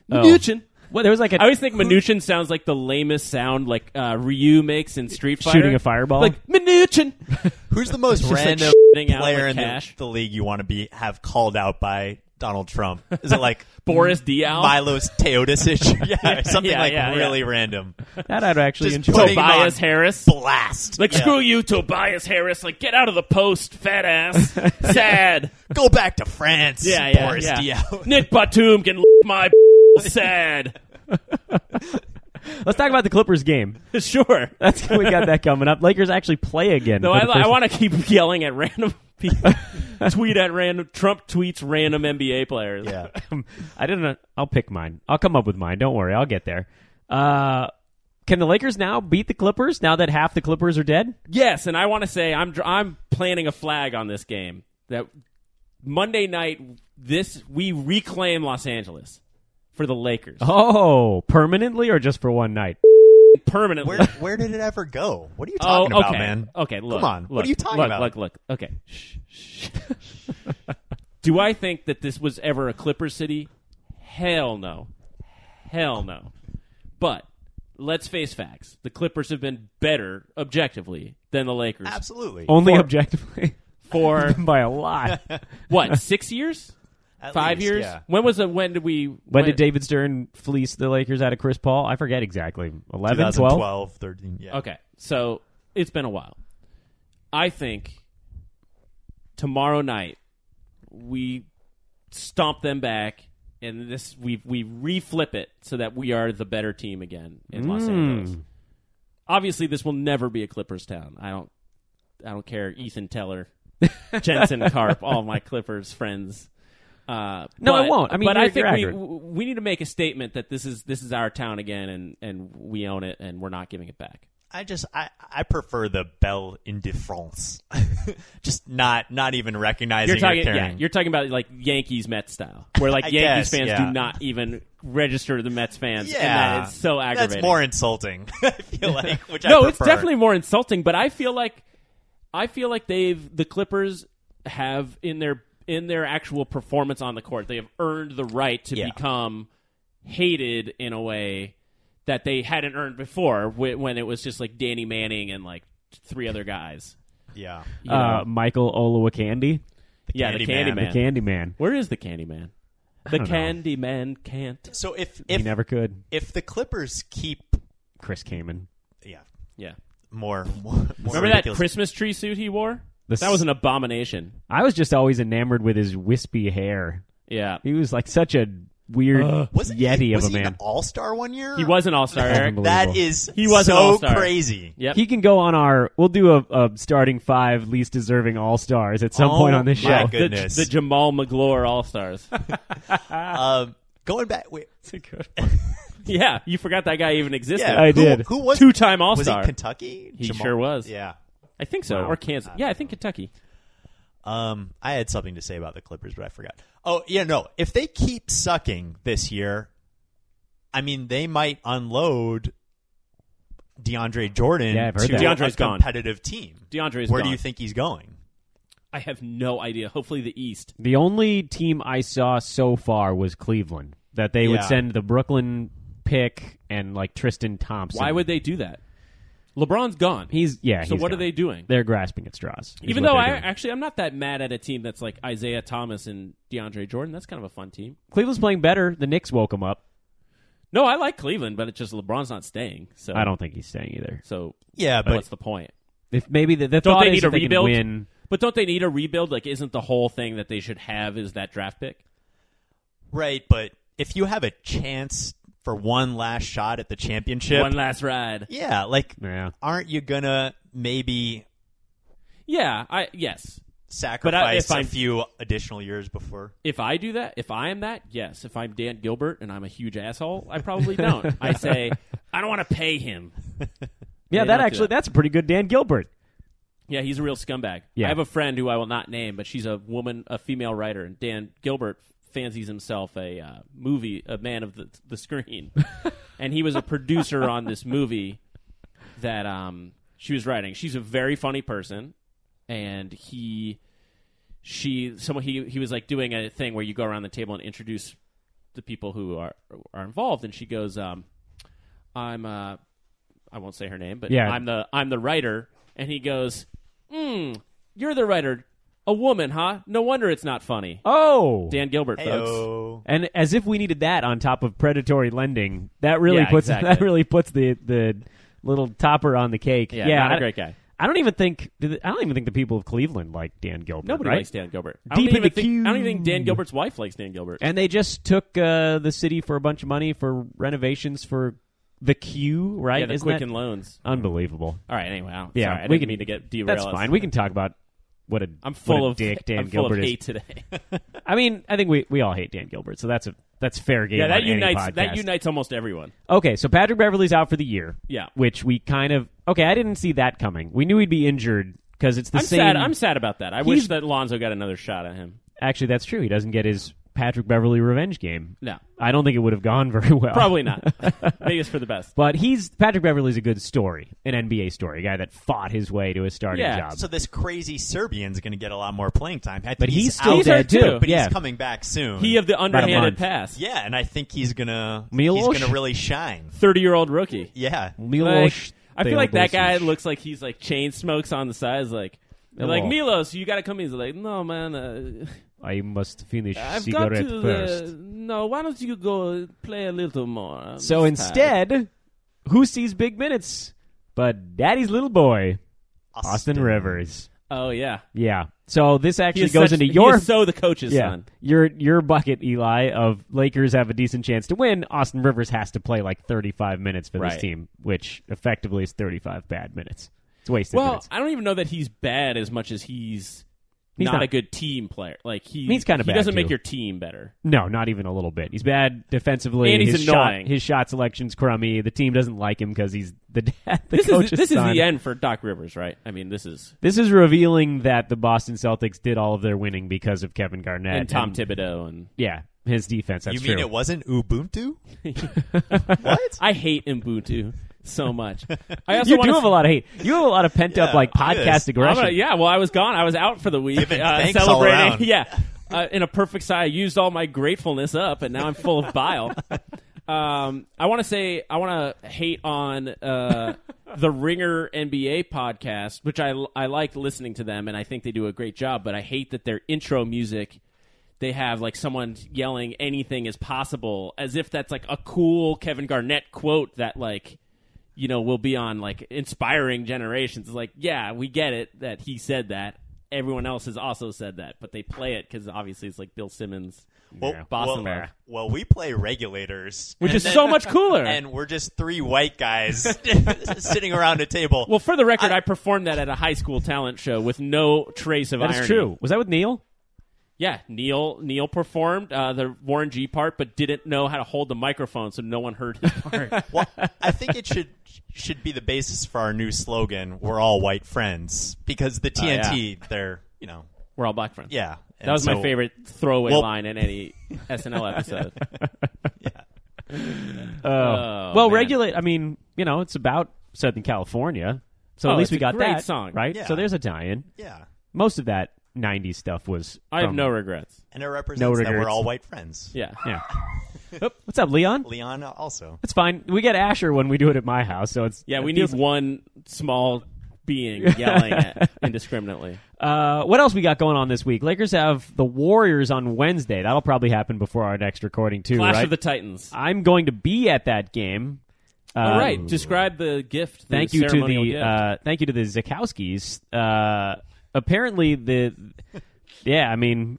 Speaker 5: Mnuchin. Well, there was like a
Speaker 4: I always think Minuchin sounds like the lamest sound like uh, Ryu makes in Street Fighter.
Speaker 5: Shooting a fireball?
Speaker 4: Like Minuchin.
Speaker 6: Who's the most
Speaker 4: like
Speaker 6: random
Speaker 4: shitting out
Speaker 6: player
Speaker 4: like
Speaker 6: in the,
Speaker 4: cash.
Speaker 6: the league you want to be have called out by Donald Trump? Is it like
Speaker 4: Boris Diaw?
Speaker 6: Milos Teodosic? yeah, something
Speaker 4: yeah,
Speaker 6: like
Speaker 4: yeah,
Speaker 6: really
Speaker 4: yeah.
Speaker 6: random.
Speaker 5: that. I'd actually
Speaker 6: Just
Speaker 5: enjoy.
Speaker 6: putting him
Speaker 4: Tobias
Speaker 6: on
Speaker 4: Harris.
Speaker 6: blast.
Speaker 4: Like
Speaker 6: Yeah.
Speaker 4: screw you, Tobias Harris. Like get out of the post, fat ass. Sad.
Speaker 6: Go back to France.
Speaker 4: Yeah, yeah,
Speaker 6: Boris
Speaker 4: yeah.
Speaker 6: Diaw.
Speaker 4: Nick Batum can l- my. Sad.
Speaker 5: Let's talk about the Clippers game.
Speaker 4: sure.
Speaker 5: That's we got that coming up. Lakers actually play again.
Speaker 4: No,
Speaker 5: for
Speaker 4: I,
Speaker 5: the first-
Speaker 4: I want to keep yelling at random people. Tweet at random. Trump tweets random NBA players.
Speaker 6: yeah.
Speaker 5: I didn't. know- I'll pick mine. I'll come up with mine. Don't worry. I'll get there. Uh, can the Lakers now beat the Clippers now that half the Clippers are dead?
Speaker 4: Yes, and I want to say I'm dr- I'm planning a flag on this game that Monday night this we reclaim Los Angeles for the Lakers
Speaker 5: Oh, permanently or just for one night?
Speaker 4: permanently.
Speaker 6: Where where did it ever go? What are you
Speaker 4: oh,
Speaker 6: talking
Speaker 4: okay,
Speaker 6: about, man?
Speaker 4: okay. Look,
Speaker 6: Come on.
Speaker 4: Look,
Speaker 6: what are you talking
Speaker 4: look,
Speaker 6: about?
Speaker 4: Look, look, okay. Shh, shh. Do I think that this was ever a Clipper city? Hell no, hell no. But let's face facts: the Clippers have been better objectively than the Lakers
Speaker 6: Absolutely.
Speaker 5: Only objectively
Speaker 4: for
Speaker 5: by a lot.
Speaker 4: what six years.
Speaker 6: At
Speaker 4: Five
Speaker 6: least,
Speaker 4: years?
Speaker 6: Yeah.
Speaker 4: When was the when did we
Speaker 5: When did David Stern fleece the Lakers out of Chris Paul? I forget exactly. 11, 12?
Speaker 6: 2012, 13. Yeah.
Speaker 4: Okay. So it's been a while. I think tomorrow night we stomp them back and this we we reflip it so that we are the better team again in Los
Speaker 5: Mm.
Speaker 4: Angeles. Obviously this will never be a Clippers town. I don't I don't care Ethan Teller, Jensen Carp, all my Clippers friends. Uh, but,
Speaker 5: No, I won't. I mean,
Speaker 4: but
Speaker 5: you're-
Speaker 4: I think
Speaker 5: you're
Speaker 4: we
Speaker 5: accurate.
Speaker 4: w- we need to make a statement that this is this is our town again, and and we own it, and we're not giving it back.
Speaker 6: I just I, I prefer the Belle Indifference. just not not even recognizing
Speaker 4: You're talking,
Speaker 6: or
Speaker 4: yeah,
Speaker 6: caring.
Speaker 4: you're talking about like Yankees Mets style, where like
Speaker 6: I
Speaker 4: Yankees
Speaker 6: guess,
Speaker 4: fans
Speaker 6: yeah.
Speaker 4: do not even register the Mets fans,
Speaker 6: yeah,
Speaker 4: and that is so aggravating.
Speaker 6: That's more insulting. I feel like which I
Speaker 4: no, it's
Speaker 6: prefer.
Speaker 4: definitely more insulting. But I feel like I feel like they've the Clippers have in their in their actual performance on the court, they have earned the right to
Speaker 6: Yeah.
Speaker 4: become hated in a way that they hadn't earned before wh- when it was just like Danny Manning and like three other guys.
Speaker 6: yeah.
Speaker 4: you know?
Speaker 5: Uh, Michael Olowokandi.
Speaker 4: yeah, the
Speaker 6: Candyman.
Speaker 4: Candyman.
Speaker 5: Candyman.
Speaker 4: Where is the Candyman? The
Speaker 5: don't know.
Speaker 4: Candyman can't.
Speaker 6: So if
Speaker 5: He
Speaker 6: if
Speaker 5: never could.
Speaker 6: if the Clippers keep
Speaker 5: Chris Kamen.
Speaker 6: yeah
Speaker 4: Yeah.
Speaker 6: more, more, more
Speaker 4: Remember that
Speaker 6: ridiculous-
Speaker 4: Christmas tree suit he wore?
Speaker 5: This-
Speaker 4: That was an abomination.
Speaker 5: I was just always enamored with his wispy hair.
Speaker 4: Yeah.
Speaker 5: He was like such a weird
Speaker 4: Uh,
Speaker 6: wasn't
Speaker 5: yeti
Speaker 6: he,
Speaker 5: of
Speaker 6: was
Speaker 5: a
Speaker 6: he
Speaker 5: man.
Speaker 6: an All Star one year.
Speaker 4: He was an all star, Eric.
Speaker 5: Unbelievable.
Speaker 6: That is
Speaker 4: He was an
Speaker 6: so
Speaker 4: all-star.
Speaker 6: crazy.
Speaker 4: Yep.
Speaker 5: He can go on our. We'll do a, a starting five least deserving all stars at some
Speaker 6: Oh
Speaker 5: point on this
Speaker 6: my
Speaker 5: show.
Speaker 4: The-
Speaker 6: goodness.
Speaker 4: The, Jamal McGlure all stars.
Speaker 6: Um, going back, wait,
Speaker 4: yeah. You forgot that guy even existed.
Speaker 6: yeah,
Speaker 5: I
Speaker 6: who,
Speaker 5: did.
Speaker 6: Who was
Speaker 4: Two time all
Speaker 6: Was he
Speaker 4: star.
Speaker 6: Kentucky?
Speaker 4: He sure was.
Speaker 6: Yeah.
Speaker 4: I think so. Or Kansas. Yeah, I think Kentucky.
Speaker 6: Um, I had something to say about the Clippers, but I forgot. Oh, yeah, no. If they keep sucking this year, I mean, they might unload DeAndre Jordan
Speaker 5: Yeah, I've heard
Speaker 6: to
Speaker 5: that.
Speaker 4: DeAndre's
Speaker 6: a
Speaker 4: gone.
Speaker 6: competitive team.
Speaker 4: DeAndre's
Speaker 6: Where
Speaker 4: gone.
Speaker 6: do you think he's going?
Speaker 4: I have no idea. Hopefully the East.
Speaker 5: The only team I saw so far was Cleveland. That they would
Speaker 6: Yeah.
Speaker 5: send the Brooklyn pick and like Tristan Thompson.
Speaker 4: Why would they do that? LeBron's gone.
Speaker 5: He's yeah.
Speaker 4: so
Speaker 5: he's
Speaker 4: what
Speaker 5: gone.
Speaker 4: are they doing?
Speaker 5: They're grasping at straws. is
Speaker 4: Even
Speaker 5: what
Speaker 4: though
Speaker 5: they're
Speaker 4: I
Speaker 5: doing.
Speaker 4: actually I'm not that mad at a team that's like Isaiah Thomas and DeAndre Jordan. That's kind of a fun team.
Speaker 5: Cleveland's playing better, the Knicks woke him up.
Speaker 4: No, I like Cleveland, but it's just LeBron's not staying. So
Speaker 5: I don't think he's staying either.
Speaker 4: So
Speaker 6: Yeah, but
Speaker 4: what's the point?
Speaker 5: If maybe the, the
Speaker 4: Don't
Speaker 5: thought
Speaker 4: they
Speaker 5: is
Speaker 4: need
Speaker 5: that
Speaker 4: a
Speaker 5: they can
Speaker 4: rebuild?
Speaker 5: win.
Speaker 4: But don't they need a rebuild? Like, isn't the whole thing that they should have is that draft pick?
Speaker 6: right, but if you have a chance for one last shot at the championship,
Speaker 4: One last ride.
Speaker 6: yeah, like,
Speaker 5: Yeah.
Speaker 6: aren't you gonna maybe
Speaker 4: Yeah, I yes.
Speaker 6: sacrifice
Speaker 4: if
Speaker 6: a
Speaker 4: I'm-
Speaker 6: few additional years before?
Speaker 4: If I do that, if I am that, yes. If I'm Dan Gilbert and I'm a huge asshole, I probably don't. I say I don't want to pay him.
Speaker 5: Yeah,
Speaker 4: They don't
Speaker 5: that
Speaker 4: do
Speaker 5: actually
Speaker 4: that.
Speaker 5: that's a pretty good Dan Gilbert.
Speaker 4: Yeah, he's a real scumbag.
Speaker 5: Yeah.
Speaker 4: I have a friend who I will not name, but she's a woman, a female writer, and Dan Gilbert fancies himself a uh, movie, a man of the, the screen, and he was a producer on this movie that um, she was writing. She's a very funny person, and he, she, someone he he was like doing a thing where you go around the table and introduce the people who are are involved, and she goes, um, "I'm uh, I won't say her name, but
Speaker 5: Yeah.
Speaker 4: I'm the I'm the writer," and he goes, "Mm, you're the writer." A woman, huh? No wonder it's not funny.
Speaker 5: Oh.
Speaker 4: Dan Gilbert, folks.
Speaker 6: Heyo.
Speaker 5: And as if we needed that on top of predatory lending, that really
Speaker 4: Yeah,
Speaker 5: puts
Speaker 4: exactly.
Speaker 5: that really puts the the little topper on the cake.
Speaker 4: Yeah,
Speaker 5: Yeah,
Speaker 4: not a
Speaker 5: I-
Speaker 4: great guy.
Speaker 5: I don't even think do the- I don't even think the people of Cleveland like Dan Gilbert.
Speaker 4: Nobody
Speaker 5: right?
Speaker 4: likes Dan Gilbert. I don't,
Speaker 5: Deep in
Speaker 4: even
Speaker 5: the
Speaker 4: think, I don't even think Dan
Speaker 5: queue.
Speaker 4: Gilbert's wife likes Dan Gilbert.
Speaker 5: And they just took uh, the city for a bunch of money for renovations for the queue, right?
Speaker 4: yeah, the
Speaker 5: Isn't
Speaker 4: quick
Speaker 5: that-
Speaker 4: and loans.
Speaker 5: unbelievable?
Speaker 4: All right, anyway. I'm
Speaker 5: Yeah,
Speaker 4: sorry, I
Speaker 5: we
Speaker 4: didn't
Speaker 5: can-
Speaker 4: mean to get derailed.
Speaker 5: That's fine. We can talk about what a
Speaker 4: I'm
Speaker 5: what
Speaker 4: full
Speaker 5: a
Speaker 4: of
Speaker 5: dick Dan
Speaker 4: I'm full
Speaker 5: Gilbert
Speaker 4: of
Speaker 5: is.
Speaker 4: hate today.
Speaker 5: I mean, I think we, we all hate Dan Gilbert, so that's a that's fair game.
Speaker 4: yeah, that
Speaker 5: on any
Speaker 4: unites that
Speaker 5: podcast.
Speaker 4: unites almost everyone.
Speaker 5: Okay, so Patrick Beverly's out for the year.
Speaker 4: Yeah.
Speaker 5: which we kind of okay. I didn't see that coming. We knew he'd be injured because it's the
Speaker 4: I'm
Speaker 5: same.
Speaker 4: sad. I'm sad about that. I
Speaker 5: He's-
Speaker 4: wish that Lonzo got another shot at him.
Speaker 5: Actually, that's true. He doesn't get his Patrick Beverly revenge game.
Speaker 4: No.
Speaker 5: I don't think it would have gone very well.
Speaker 4: Probably not. Maybe it's for the best.
Speaker 5: But he's Patrick Beverly's a good story, an NBA story, a guy that fought his way to a starting
Speaker 4: Yeah,
Speaker 5: job.
Speaker 6: So this crazy Serbian's going to get a lot more playing time. I think
Speaker 5: but he's,
Speaker 6: out
Speaker 5: still
Speaker 4: He's
Speaker 5: dead
Speaker 4: hurt
Speaker 5: too.
Speaker 4: too,
Speaker 6: but
Speaker 5: yeah,
Speaker 6: he's coming back soon.
Speaker 4: He of the underhanded
Speaker 5: month.
Speaker 4: pass.
Speaker 6: yeah, and I think he's gonna he's
Speaker 5: Miloš?
Speaker 6: gonna really shine.
Speaker 4: Thirty year old rookie.
Speaker 6: Yeah,
Speaker 4: Like,
Speaker 5: Milos.
Speaker 4: I feel like that
Speaker 5: Teodosic.
Speaker 4: guy looks like he's like chain smokes on the sides. Like, they're like
Speaker 5: Hello.
Speaker 4: Milos, you got to come. He's like, no man, uh,
Speaker 5: I must finish
Speaker 4: I've got
Speaker 5: cigarette
Speaker 4: to.
Speaker 5: first.
Speaker 4: The, no, why don't you go play a little more? I'm
Speaker 5: So
Speaker 4: tired."
Speaker 5: instead, who sees big minutes? But Daddy's little boy, Austin, Rivers.
Speaker 4: oh yeah,
Speaker 5: Yeah. So this
Speaker 4: He
Speaker 5: actually
Speaker 4: is
Speaker 5: goes
Speaker 4: such-
Speaker 5: into
Speaker 4: he
Speaker 5: your
Speaker 4: is so the coach's
Speaker 5: yeah,
Speaker 4: son.
Speaker 5: your your bucket, Eli, of Lakers have a decent chance to win. Austin Rivers has to play like 35 minutes for
Speaker 4: Right.
Speaker 5: this team, which effectively is 35 bad minutes. It's wasted
Speaker 4: Well,
Speaker 5: minutes.
Speaker 4: I don't even know that he's bad as much as he's,
Speaker 5: He's
Speaker 4: not,
Speaker 5: not-
Speaker 4: a good team player. Like he,
Speaker 5: He's kinda
Speaker 4: he
Speaker 5: bad,
Speaker 4: doesn't
Speaker 5: too.
Speaker 4: make your team better.
Speaker 5: No, not even a little bit. He's bad defensively.
Speaker 4: And he's
Speaker 5: his
Speaker 4: annoying.
Speaker 5: Shot, his shot selection's crummy. The team doesn't like him because he's the dad. The
Speaker 4: This is
Speaker 5: coach's
Speaker 4: this is
Speaker 5: son.
Speaker 4: the end for Doc Rivers, right? I mean, this is
Speaker 5: This is revealing that the Boston Celtics did all of their winning because of Kevin Garnett
Speaker 4: and Tom Thibodeau and
Speaker 5: Yeah, his defense. That's
Speaker 6: You mean
Speaker 5: true.
Speaker 6: it wasn't Ubuntu? what?
Speaker 4: I hate Ubuntu so much. I also
Speaker 5: you
Speaker 4: wanna
Speaker 5: do have
Speaker 4: s-
Speaker 5: a lot of hate. You have a lot of pent up
Speaker 6: Yeah,
Speaker 5: like
Speaker 6: I'm gonna-
Speaker 5: podcast
Speaker 4: I'm
Speaker 5: aggression.
Speaker 4: gonna- yeah, well, I was gone. I was out for the week
Speaker 6: Giving
Speaker 4: uh,
Speaker 6: thanks all
Speaker 4: celebrating.
Speaker 6: around.
Speaker 4: Yeah, uh, in a perfect sigh, I used all my gratefulness up, and now I'm full of bile. Um, I want to say I want to hate on uh, the Ringer NBA podcast, which I I like listening to them, and I think they do a great job. But I hate that their intro music. They have like someone yelling anything is possible, as if that's like a cool Kevin Garnett quote that like you know will be on like inspiring generations. It's like yeah, we get it that he said that. Everyone else has also said that, but they play it because obviously it's like Bill Simmons,
Speaker 6: Well,
Speaker 4: Boston
Speaker 6: well,
Speaker 4: Love.
Speaker 6: well, we play regulators,
Speaker 4: which
Speaker 6: And
Speaker 4: is
Speaker 6: then-
Speaker 4: so much cooler.
Speaker 6: and we're just three white guys sitting around a table.
Speaker 4: Well, for the record, I, performed that at a high school talent show with no trace of
Speaker 5: That
Speaker 4: irony.
Speaker 5: is true. Was that with Neil?
Speaker 4: Yeah, Neil Neil performed uh, the Warren G part, but didn't know how to hold the microphone, so no one heard his part.
Speaker 6: well, I think it should should be the basis for our new slogan: "We're all white friends," because the
Speaker 4: Oh, yeah.
Speaker 6: TNT, they're you know,
Speaker 4: We're all black friends.
Speaker 6: yeah. And
Speaker 4: that was my
Speaker 6: so-
Speaker 4: favorite throwaway
Speaker 6: Well-
Speaker 4: line in any SNL episode.
Speaker 5: Oh.
Speaker 4: Oh,
Speaker 5: well,
Speaker 4: man.
Speaker 5: regulate. I mean, you know, it's about Southern California, so
Speaker 4: Oh,
Speaker 5: at least
Speaker 4: it's
Speaker 5: we
Speaker 4: a
Speaker 5: got
Speaker 4: great
Speaker 5: that
Speaker 4: song.
Speaker 5: right?
Speaker 6: Yeah.
Speaker 5: So there's a tie-in.
Speaker 6: Yeah,
Speaker 5: Most of that '90s stuff was.
Speaker 4: I have
Speaker 5: from-
Speaker 4: no regrets.
Speaker 6: and it represents
Speaker 5: No
Speaker 6: that
Speaker 5: regrets.
Speaker 6: we're all white friends.
Speaker 4: Yeah.
Speaker 5: Um, Yeah. Oop, What's up, Leon?
Speaker 6: Leon also.
Speaker 5: It's fine. We get Asher when we do it at my house, so it's
Speaker 4: Yeah,
Speaker 5: it
Speaker 4: we need
Speaker 5: feels-
Speaker 4: one small being yelling at indiscriminately.
Speaker 5: Uh, what else we got going on this week? Lakers have the Warriors on Wednesday. That'll probably happen before our next recording too,
Speaker 4: Clash
Speaker 5: right?
Speaker 4: of the Titans.
Speaker 5: I'm going to be at that game.
Speaker 4: All
Speaker 5: Um,
Speaker 4: right, describe the gift. the
Speaker 5: thank you to
Speaker 4: ceremonial
Speaker 5: the
Speaker 4: gift.
Speaker 5: uh, thank you to the Zakowskis. Uh, apparently the yeah, I mean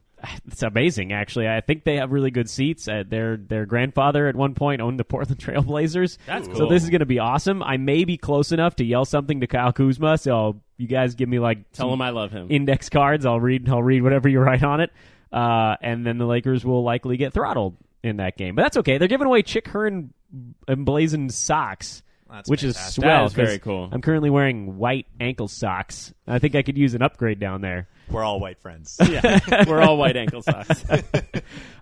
Speaker 5: it's amazing actually. I think they have really good seats. Uh, their their grandfather at one point owned the Portland Trailblazers.
Speaker 4: That's
Speaker 5: So
Speaker 4: cool.
Speaker 5: this is going to be awesome. I may be close enough to yell something to Kyle Kuzma. So you guys give me like
Speaker 4: Tell
Speaker 5: some
Speaker 4: him I love him.
Speaker 5: index cards. I'll read I'll read whatever you write on it. Uh, and then the Lakers will likely get throttled in that game. But that's okay. They're giving away Chick Hearn emblazoned socks.
Speaker 6: That's
Speaker 5: which is
Speaker 6: fantastic.
Speaker 5: swell.
Speaker 4: That is very
Speaker 5: 'cause
Speaker 4: cool.
Speaker 5: I'm currently wearing white ankle socks. I think I could use an upgrade down there.
Speaker 6: We're all white friends.
Speaker 4: yeah, we're all white ankle socks.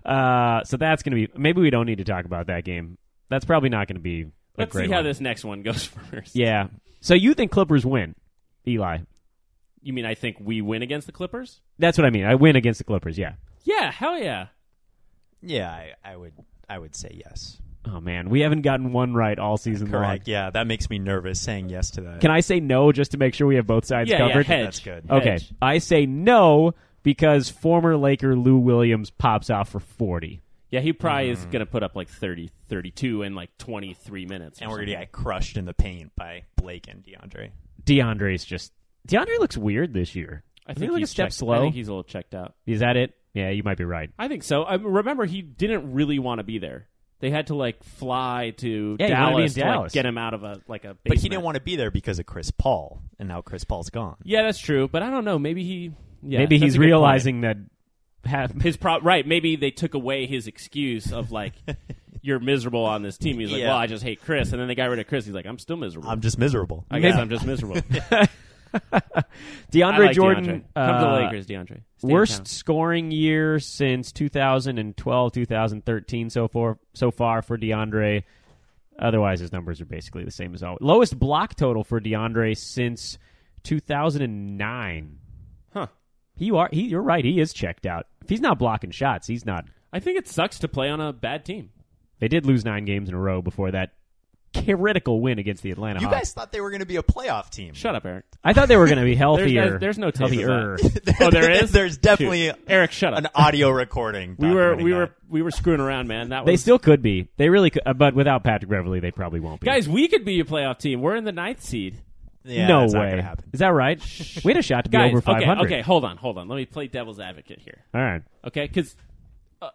Speaker 5: Uh, so that's going to be. Maybe we don't need to talk about that game. That's probably not going to be. A
Speaker 4: Let's
Speaker 5: great
Speaker 4: see how
Speaker 5: one.
Speaker 4: this next one goes first.
Speaker 5: Yeah. So you think Clippers win, Eli?
Speaker 4: You mean I think we win against the Clippers?
Speaker 5: That's what I mean. I win against the Clippers. Yeah.
Speaker 4: Yeah, hell yeah.
Speaker 6: yeah, I, I would. I would say yes.
Speaker 5: Oh man, we haven't gotten one right all season
Speaker 6: Correct. Yeah, that makes me nervous saying yes to that.
Speaker 5: long. Can I say no just to make sure we have both sides
Speaker 4: yeah,
Speaker 5: covered?
Speaker 4: yeah, hedge.
Speaker 6: That's good.
Speaker 5: Okay.
Speaker 4: Hedge.
Speaker 5: I say no because former Laker Lou Williams pops out for 40.
Speaker 4: Yeah, he probably
Speaker 5: Mm.
Speaker 4: is going to put up like 30, 32 in like 23 minutes. or
Speaker 6: and we're gonna
Speaker 4: something.
Speaker 6: get crushed in the paint by Blake and DeAndre.
Speaker 5: DeAndre's just DeAndre looks weird this year.
Speaker 4: I
Speaker 5: Doesn't
Speaker 4: think
Speaker 5: he look
Speaker 4: he's
Speaker 5: a step
Speaker 4: checked- I
Speaker 5: slow.
Speaker 4: think he's a little checked out.
Speaker 5: Is that it? Yeah, you might be right.
Speaker 4: I think so. I remember he didn't really want to be there. They had to like fly to
Speaker 5: Yeah, he wanted
Speaker 4: Dallas
Speaker 5: to be in
Speaker 4: like,
Speaker 5: Dallas.
Speaker 4: get him out of a like a. Basement.
Speaker 6: But he didn't want to be there because of Chris Paul, and now Chris Paul's gone.
Speaker 4: Yeah, that's true. But I don't know. Maybe he. Yeah,
Speaker 5: Maybe
Speaker 4: that's a
Speaker 5: he's
Speaker 4: good point.
Speaker 5: realizing that half,
Speaker 4: his pro right maybe they took away his excuse of like you're miserable on this team he's like
Speaker 6: Yeah.
Speaker 4: well i just hate chris and then they got rid of chris he's like i'm still miserable
Speaker 6: I'm just miserable.
Speaker 4: i guess i'm just miserable
Speaker 5: DeAndre
Speaker 4: I like
Speaker 5: Jordan
Speaker 4: DeAndre. come to the
Speaker 5: uh,
Speaker 4: lakers deandre Stay in
Speaker 5: worst
Speaker 4: town.
Speaker 5: scoring year since 2012 2013 so far so far for DeAndre. Otherwise, his numbers are basically the same as always. Lowest block total for DeAndre since 2009.
Speaker 4: Huh.
Speaker 5: You are he, you're right. He is checked out. If he's not blocking shots, he's not.
Speaker 4: i think it sucks to play on a bad team
Speaker 5: They did lose nine games in a row before that critical win against the Atlanta
Speaker 6: You
Speaker 5: Hawks.
Speaker 6: guys thought they were going to be a playoff team.
Speaker 4: shut up eric
Speaker 5: I thought they were going to be
Speaker 4: there's,
Speaker 5: healthier.
Speaker 4: there's, there's no tape of
Speaker 5: healthier.
Speaker 4: that. oh there is
Speaker 6: There's definitely
Speaker 4: Shoot. eric shut up
Speaker 6: an audio recording.
Speaker 4: we were
Speaker 6: documenting
Speaker 4: we
Speaker 6: that.
Speaker 4: were we were screwing around man that was
Speaker 5: They still could be. They really could, uh, but without Patrick Beverly, they probably won't be.
Speaker 4: guys we could be a playoff team we're in the ninth seed
Speaker 6: Yeah,
Speaker 5: no
Speaker 6: that's not
Speaker 5: way.
Speaker 6: gonna happen.
Speaker 5: Is that right? we had a shot to be
Speaker 4: guys
Speaker 5: over
Speaker 4: okay
Speaker 5: 500.
Speaker 4: okay hold on hold on let me play devil's advocate here
Speaker 5: All right.
Speaker 4: okay? Because uh,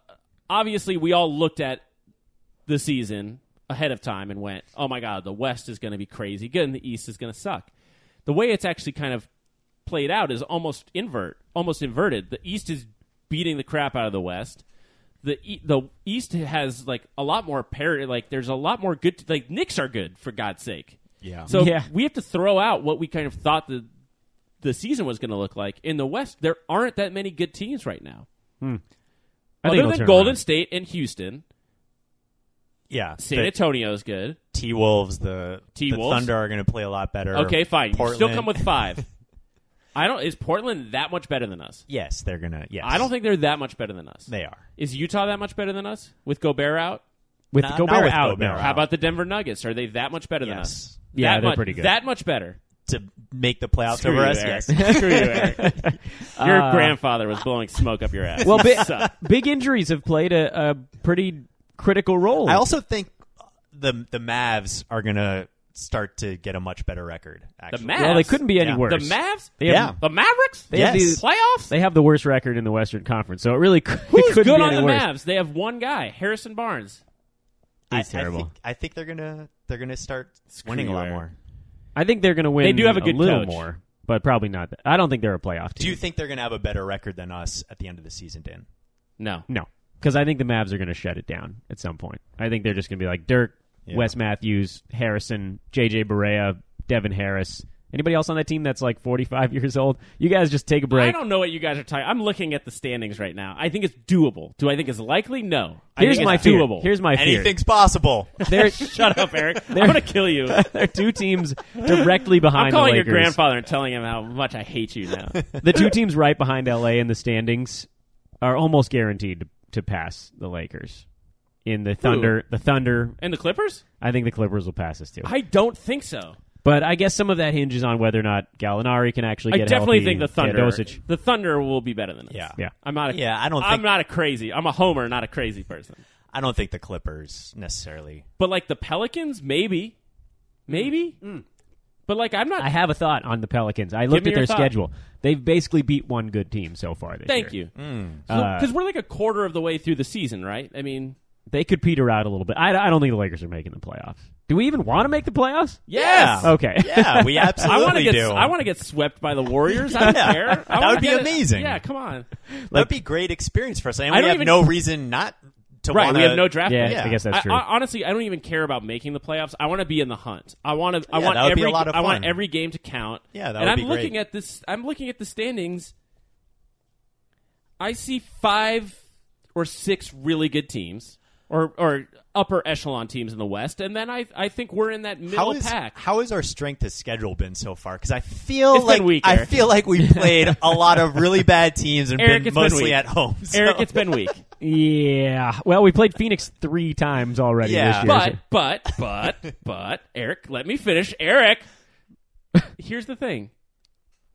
Speaker 4: obviously we all looked at the season ahead of time and went, "Oh my God, the West is going to be crazy good, and the East is going to suck." The way it's actually kind of played out is almost invert, almost inverted. The East is beating the crap out of the West. The e- the East has like a lot more parity. Like there's a lot more good. like Knicks are good for God's sake.
Speaker 6: Yeah.
Speaker 4: So
Speaker 5: Yeah.
Speaker 4: we have to throw out what we kind of thought the the season was going to look like. In the West, there aren't that many good teams right now
Speaker 5: I think
Speaker 4: other
Speaker 5: it'll
Speaker 4: than
Speaker 5: turn
Speaker 4: Golden
Speaker 5: around.
Speaker 4: State and Houston,
Speaker 6: yeah,
Speaker 4: San Antonio's good.
Speaker 6: T Wolves, the
Speaker 4: T-Wolves?
Speaker 6: the Thunder are going to play a lot better.
Speaker 4: Okay, fine. You
Speaker 6: Portland,
Speaker 4: still come with five. I don't. Is Portland that much better than us?
Speaker 6: yes, they're going to. Yes,
Speaker 4: I don't think they're that much better than us.
Speaker 6: they are.
Speaker 4: Is Utah that much better than us with Gobert out?
Speaker 5: with
Speaker 6: Not-
Speaker 5: Gobert
Speaker 6: not with
Speaker 5: out.
Speaker 6: Gobert
Speaker 5: no.
Speaker 6: out.
Speaker 4: How about the Denver Nuggets? Are they that much better than
Speaker 6: Yes.
Speaker 4: us?
Speaker 5: Yeah,
Speaker 4: That
Speaker 5: they're
Speaker 4: mu-
Speaker 5: pretty good.
Speaker 4: That much better.
Speaker 6: to make the playoffs
Speaker 4: Screw
Speaker 6: over
Speaker 4: you,
Speaker 6: us?
Speaker 4: Eric.
Speaker 6: Yes.
Speaker 4: Screw you, Eric. Your grandfather was blowing smoke up your ass.
Speaker 5: Uh, Well,
Speaker 4: You
Speaker 5: big,
Speaker 4: suck.
Speaker 5: big injuries have played a, a pretty critical role.
Speaker 6: I also think the the Mavs are gonna start to get a much better record.
Speaker 4: the
Speaker 6: Actually.
Speaker 4: Mavs.
Speaker 5: well, they couldn't be any
Speaker 6: Yeah.
Speaker 5: worse.
Speaker 4: The Mavs.
Speaker 5: They have-
Speaker 6: Yeah.
Speaker 4: The Mavericks.
Speaker 5: They have
Speaker 6: Yes.
Speaker 5: these-
Speaker 4: Playoffs.
Speaker 5: They have the worst record in the Western Conference, so it really cou- it
Speaker 4: Who's
Speaker 5: couldn't
Speaker 4: good
Speaker 5: be
Speaker 4: on
Speaker 5: any
Speaker 4: the
Speaker 5: worse.
Speaker 4: Mavs? They have one guy, Harrison Barnes.
Speaker 6: I, I
Speaker 5: He's terrible.
Speaker 6: think, I think they're gonna they're gonna start
Speaker 4: Screw
Speaker 6: winning a
Speaker 4: you,
Speaker 6: lot
Speaker 4: Eric.
Speaker 6: more.
Speaker 5: I think they're going to win.
Speaker 4: They do have a good
Speaker 5: little
Speaker 4: coach.
Speaker 5: more, but probably not. That. I don't think they're a playoff team.
Speaker 6: Do you think they're gonna have a better record than us at the end of the season, Dan?
Speaker 4: No.
Speaker 5: no, because I think the Mavs are going to shut it down at some point. I think they're just going to be like Dirk,
Speaker 6: Yeah.
Speaker 5: Wes Matthews, Harrison, J.J. Barea, Devin Harris. Anybody else on that team that's like 45 years old? You guys just take a break.
Speaker 4: I don't know what you guys are talking. I'm looking at the standings right now. I think it's doable. Do I think it's likely? No. I
Speaker 5: Here's
Speaker 4: think
Speaker 5: my
Speaker 4: it's
Speaker 5: fear.
Speaker 4: doable.
Speaker 5: Here's my fear.
Speaker 6: Anything's possible.
Speaker 5: There,
Speaker 4: Shut up, Eric. I'm gonna kill you.
Speaker 5: there are two teams directly behind.
Speaker 4: I'm calling
Speaker 5: the
Speaker 4: your
Speaker 5: Lakers.
Speaker 4: grandfather and telling him how much I hate you now.
Speaker 5: the two teams right behind LA in the standings are almost guaranteed to, to pass the Lakers. In the Thunder, the Thunder,
Speaker 4: and the Clippers?
Speaker 5: I think the Clippers will pass us too.
Speaker 4: I don't think so.
Speaker 5: But I guess some of that hinges on whether or not Gallinari can actually
Speaker 4: I
Speaker 5: get
Speaker 4: definitely
Speaker 5: healthy,
Speaker 4: think the
Speaker 5: get
Speaker 4: Thunder.
Speaker 5: Doncic.
Speaker 4: The Thunder will be better than us.
Speaker 6: Yeah.
Speaker 5: Yeah.
Speaker 4: I'm not. A,
Speaker 6: Yeah, I don't
Speaker 4: I'm
Speaker 6: think-
Speaker 4: not a crazy. I'm a homer, not a crazy person.
Speaker 6: I don't think the Clippers necessarily.
Speaker 4: But like the Pelicans, maybe, maybe. But like I'm not.
Speaker 5: I have a thought on the Pelicans. I looked
Speaker 4: me
Speaker 5: at
Speaker 4: your
Speaker 5: their
Speaker 4: thought.
Speaker 5: schedule. They've basically beat one good team so far this
Speaker 4: thank
Speaker 5: year.
Speaker 4: you.
Speaker 5: Mm. Uh,
Speaker 4: Because we're like a quarter of the way through the season, right? I mean,
Speaker 5: They could peter out a little bit. I, I don't think the Lakers are making the playoffs. Do we even want to make the playoffs?
Speaker 4: yes.
Speaker 5: Okay.
Speaker 6: Yeah, we
Speaker 4: I want
Speaker 6: absolutely
Speaker 4: to get.
Speaker 6: do.
Speaker 4: I want to get swept by the Warriors. I don't
Speaker 6: Yeah.
Speaker 4: care. I
Speaker 6: That
Speaker 4: wanna
Speaker 6: would be
Speaker 4: get it.
Speaker 6: amazing.
Speaker 4: Yeah, come on.
Speaker 6: That'd be great experience for us, and
Speaker 4: I
Speaker 6: we
Speaker 4: don't
Speaker 6: have
Speaker 4: even-
Speaker 6: no reason not to.
Speaker 4: Right, we
Speaker 6: wanna-
Speaker 4: have no draft.
Speaker 5: Yeah,
Speaker 4: picks.
Speaker 5: I guess that's
Speaker 4: I-
Speaker 5: true.
Speaker 4: I- honestly, I don't even care about making the playoffs. I want to be in the hunt. I want to. I
Speaker 6: Yeah,
Speaker 4: want
Speaker 6: that would
Speaker 4: every.
Speaker 6: be a lot of
Speaker 4: I want
Speaker 6: fun.
Speaker 4: every game to count.
Speaker 6: Yeah, that
Speaker 4: and
Speaker 6: would
Speaker 4: I'm
Speaker 6: be great.
Speaker 4: looking at this. I'm looking at the standings. I see five or six really good teams, or or upper echelon teams in the West, and then I I think we're in that middle
Speaker 6: How is
Speaker 4: pack.
Speaker 6: how has our strength of schedule been so far? Because I feel
Speaker 4: It's been
Speaker 6: like
Speaker 4: weak,
Speaker 6: I
Speaker 4: Eric.
Speaker 6: feel like we played a lot of really bad teams and
Speaker 4: Eric,
Speaker 6: been
Speaker 4: it's been
Speaker 6: mostly
Speaker 4: weak.
Speaker 6: at home. so-
Speaker 4: Eric, it's been weak,
Speaker 5: Yeah. Well, we played Phoenix three times already
Speaker 6: Yeah.
Speaker 5: this year.
Speaker 4: but but but but Eric, let me finish. Eric, here's the thing: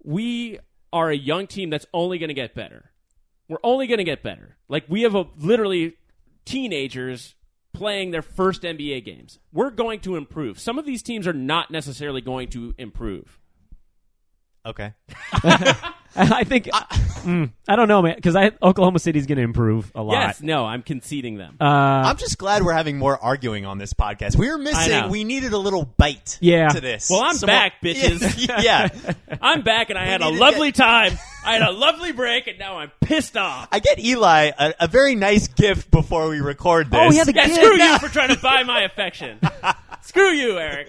Speaker 4: we are a young team that's only going to get better. We're only going to get better. Like we have a literally teenagers playing their first NBA games. We're going to improve. Some of these teams are not necessarily going to improve.
Speaker 6: okay.
Speaker 5: I think Mm, I don't know, man, because I Oklahoma City's going to improve a lot.
Speaker 4: Yes, no, I'm conceding them.
Speaker 5: Uh,
Speaker 6: I'm just glad we're having more arguing on this podcast. We were
Speaker 4: I know.
Speaker 6: missing. We needed a little bite.
Speaker 5: Yeah.
Speaker 6: To this.
Speaker 4: Well, I'm
Speaker 6: Some-
Speaker 4: back, bitches.
Speaker 6: Yeah.
Speaker 4: I'm back and I had a
Speaker 6: need to
Speaker 4: lovely
Speaker 6: get-
Speaker 4: time. I had a lovely break and now I'm pissed off.
Speaker 6: I get Eli a, a very nice gift before we record this.
Speaker 5: Oh, yeah, the
Speaker 4: Yeah,
Speaker 5: kid.
Speaker 4: screw you for trying to buy my affection. screw you, Eric.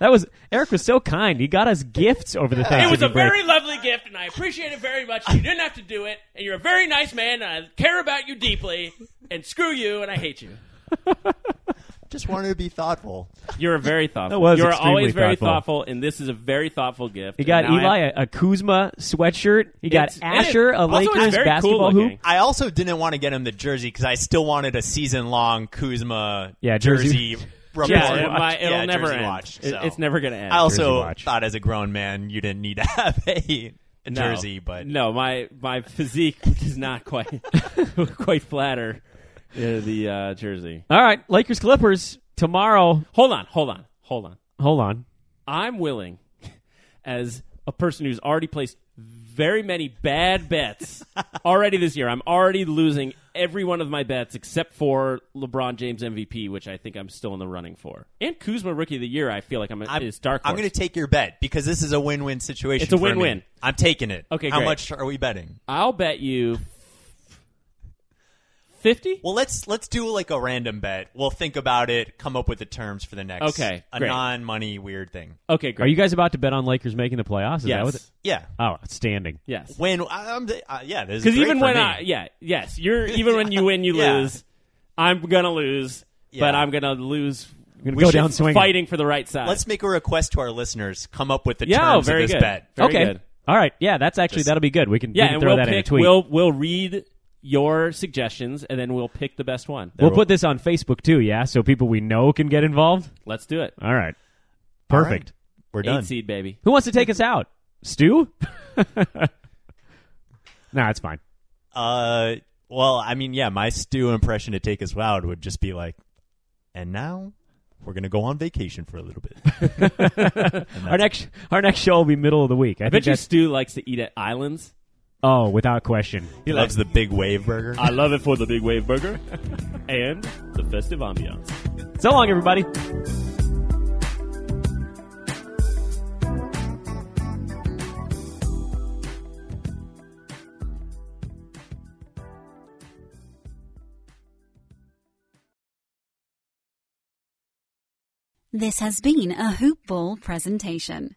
Speaker 5: that was Eric was so kind. He got us gifts over the Thanksgiving
Speaker 4: It was a
Speaker 5: break.
Speaker 4: very lovely gift, and I appreciate it very much. You didn't have to do it, and you're a very nice man, and I care about you deeply. And screw you, and I hate you.
Speaker 6: Just wanted to be thoughtful.
Speaker 4: You're a very thoughtful.
Speaker 5: That was
Speaker 4: you're
Speaker 5: extremely
Speaker 4: always very
Speaker 5: thoughtful.
Speaker 4: thoughtful. and this is a very thoughtful gift.
Speaker 5: He got
Speaker 4: And now I-
Speaker 5: Eli a, a Kuzma sweatshirt. He got
Speaker 4: It's- and it-
Speaker 5: Asher a
Speaker 4: also it's
Speaker 5: Lakers
Speaker 4: very cool
Speaker 5: basketball
Speaker 4: looking.
Speaker 5: hoop.
Speaker 6: I also didn't want to get him the jersey because I still wanted a season long Kuzma
Speaker 5: Yeah, jersey.
Speaker 6: report.
Speaker 4: Yeah, it, might- it'll
Speaker 6: Yeah,
Speaker 4: never
Speaker 6: jersey
Speaker 4: end.
Speaker 6: watch,
Speaker 4: It-
Speaker 6: so.
Speaker 4: it's never going to end.
Speaker 6: I also
Speaker 5: watch.
Speaker 6: thought as a grown man you didn't need to have a, a
Speaker 4: No.
Speaker 6: jersey, but
Speaker 4: no, my my physique does not quite quite flatter uh, the uh, jersey.
Speaker 5: All right, Lakers Clippers tomorrow.
Speaker 4: Hold on, hold on, hold on.
Speaker 5: Hold on.
Speaker 4: I'm willing, as a person who's already placed very many bad bets already this year, I'm already losing every one of my bets except for LeBron James MVP, which I think I'm still in the running for, and Kuzma Rookie of the Year. I feel like I'm,
Speaker 6: I'm,
Speaker 4: is dark.
Speaker 6: I'm going to take your bet because this is a win-win situation.
Speaker 4: It's a
Speaker 6: for me.
Speaker 4: win-win.
Speaker 6: I'm taking it.
Speaker 4: Okay,
Speaker 6: How
Speaker 4: great.
Speaker 6: much are we betting?
Speaker 4: I'll bet you fifty.
Speaker 6: Well, let's let's do like a random bet. We'll think about it, come up with the terms for the next.
Speaker 4: Okay,
Speaker 6: a
Speaker 4: great.
Speaker 6: non-money weird thing.
Speaker 4: Okay,
Speaker 5: Are
Speaker 4: great.
Speaker 5: you guys about to bet on Lakers making the playoffs? Is that
Speaker 4: yes,
Speaker 5: what it-
Speaker 6: Yeah.
Speaker 5: oh, outstanding.
Speaker 4: yes.
Speaker 6: When I'm the- uh, yeah, this is
Speaker 4: Because
Speaker 6: great
Speaker 4: even
Speaker 6: for
Speaker 4: when
Speaker 6: me.
Speaker 4: I yeah yes you're even when you win you
Speaker 6: Yeah.
Speaker 4: lose. I'm gonna lose, but
Speaker 6: Yeah.
Speaker 4: I'm gonna lose.
Speaker 5: gonna
Speaker 4: We
Speaker 5: go
Speaker 4: should
Speaker 5: down swinging.
Speaker 4: fighting for the right side.
Speaker 6: let's make a request to our listeners, come up with the
Speaker 4: yeah, oh,
Speaker 6: terms
Speaker 4: very
Speaker 6: of this
Speaker 4: good.
Speaker 6: bet.
Speaker 4: Very
Speaker 5: okay.
Speaker 4: good.
Speaker 5: All right. Yeah, that's actually
Speaker 6: Just-
Speaker 5: that'll be good. We can, we
Speaker 4: Yeah,
Speaker 5: can
Speaker 4: and
Speaker 5: throw
Speaker 4: we'll
Speaker 5: that in a
Speaker 4: pick.
Speaker 5: tweet.
Speaker 4: We'll we'll read your suggestions, and then we'll pick the best one.
Speaker 5: we'll put this on Facebook too, yeah, so people we know can get involved.
Speaker 4: Let's do it.
Speaker 5: All right.
Speaker 6: All right.
Speaker 5: Perfect.
Speaker 6: We're
Speaker 4: Eight
Speaker 6: done.
Speaker 4: seed, baby.
Speaker 5: Who wants to take us out? Stu? nah, it's fine.
Speaker 6: Uh, well, I mean, yeah, my stew impression to take us out would just be like, and now we're gonna go on vacation for a little bit.
Speaker 5: Our next our next show will be middle of the week.
Speaker 4: I
Speaker 5: I, think
Speaker 4: bet you
Speaker 5: that's
Speaker 4: Stu likes to eat at islands.
Speaker 5: oh, without question.
Speaker 6: He loves the big wave burger.
Speaker 4: I love it for the big wave burger and the festive ambiance.
Speaker 5: So long, everybody.
Speaker 1: This has been a Hoop Ball presentation.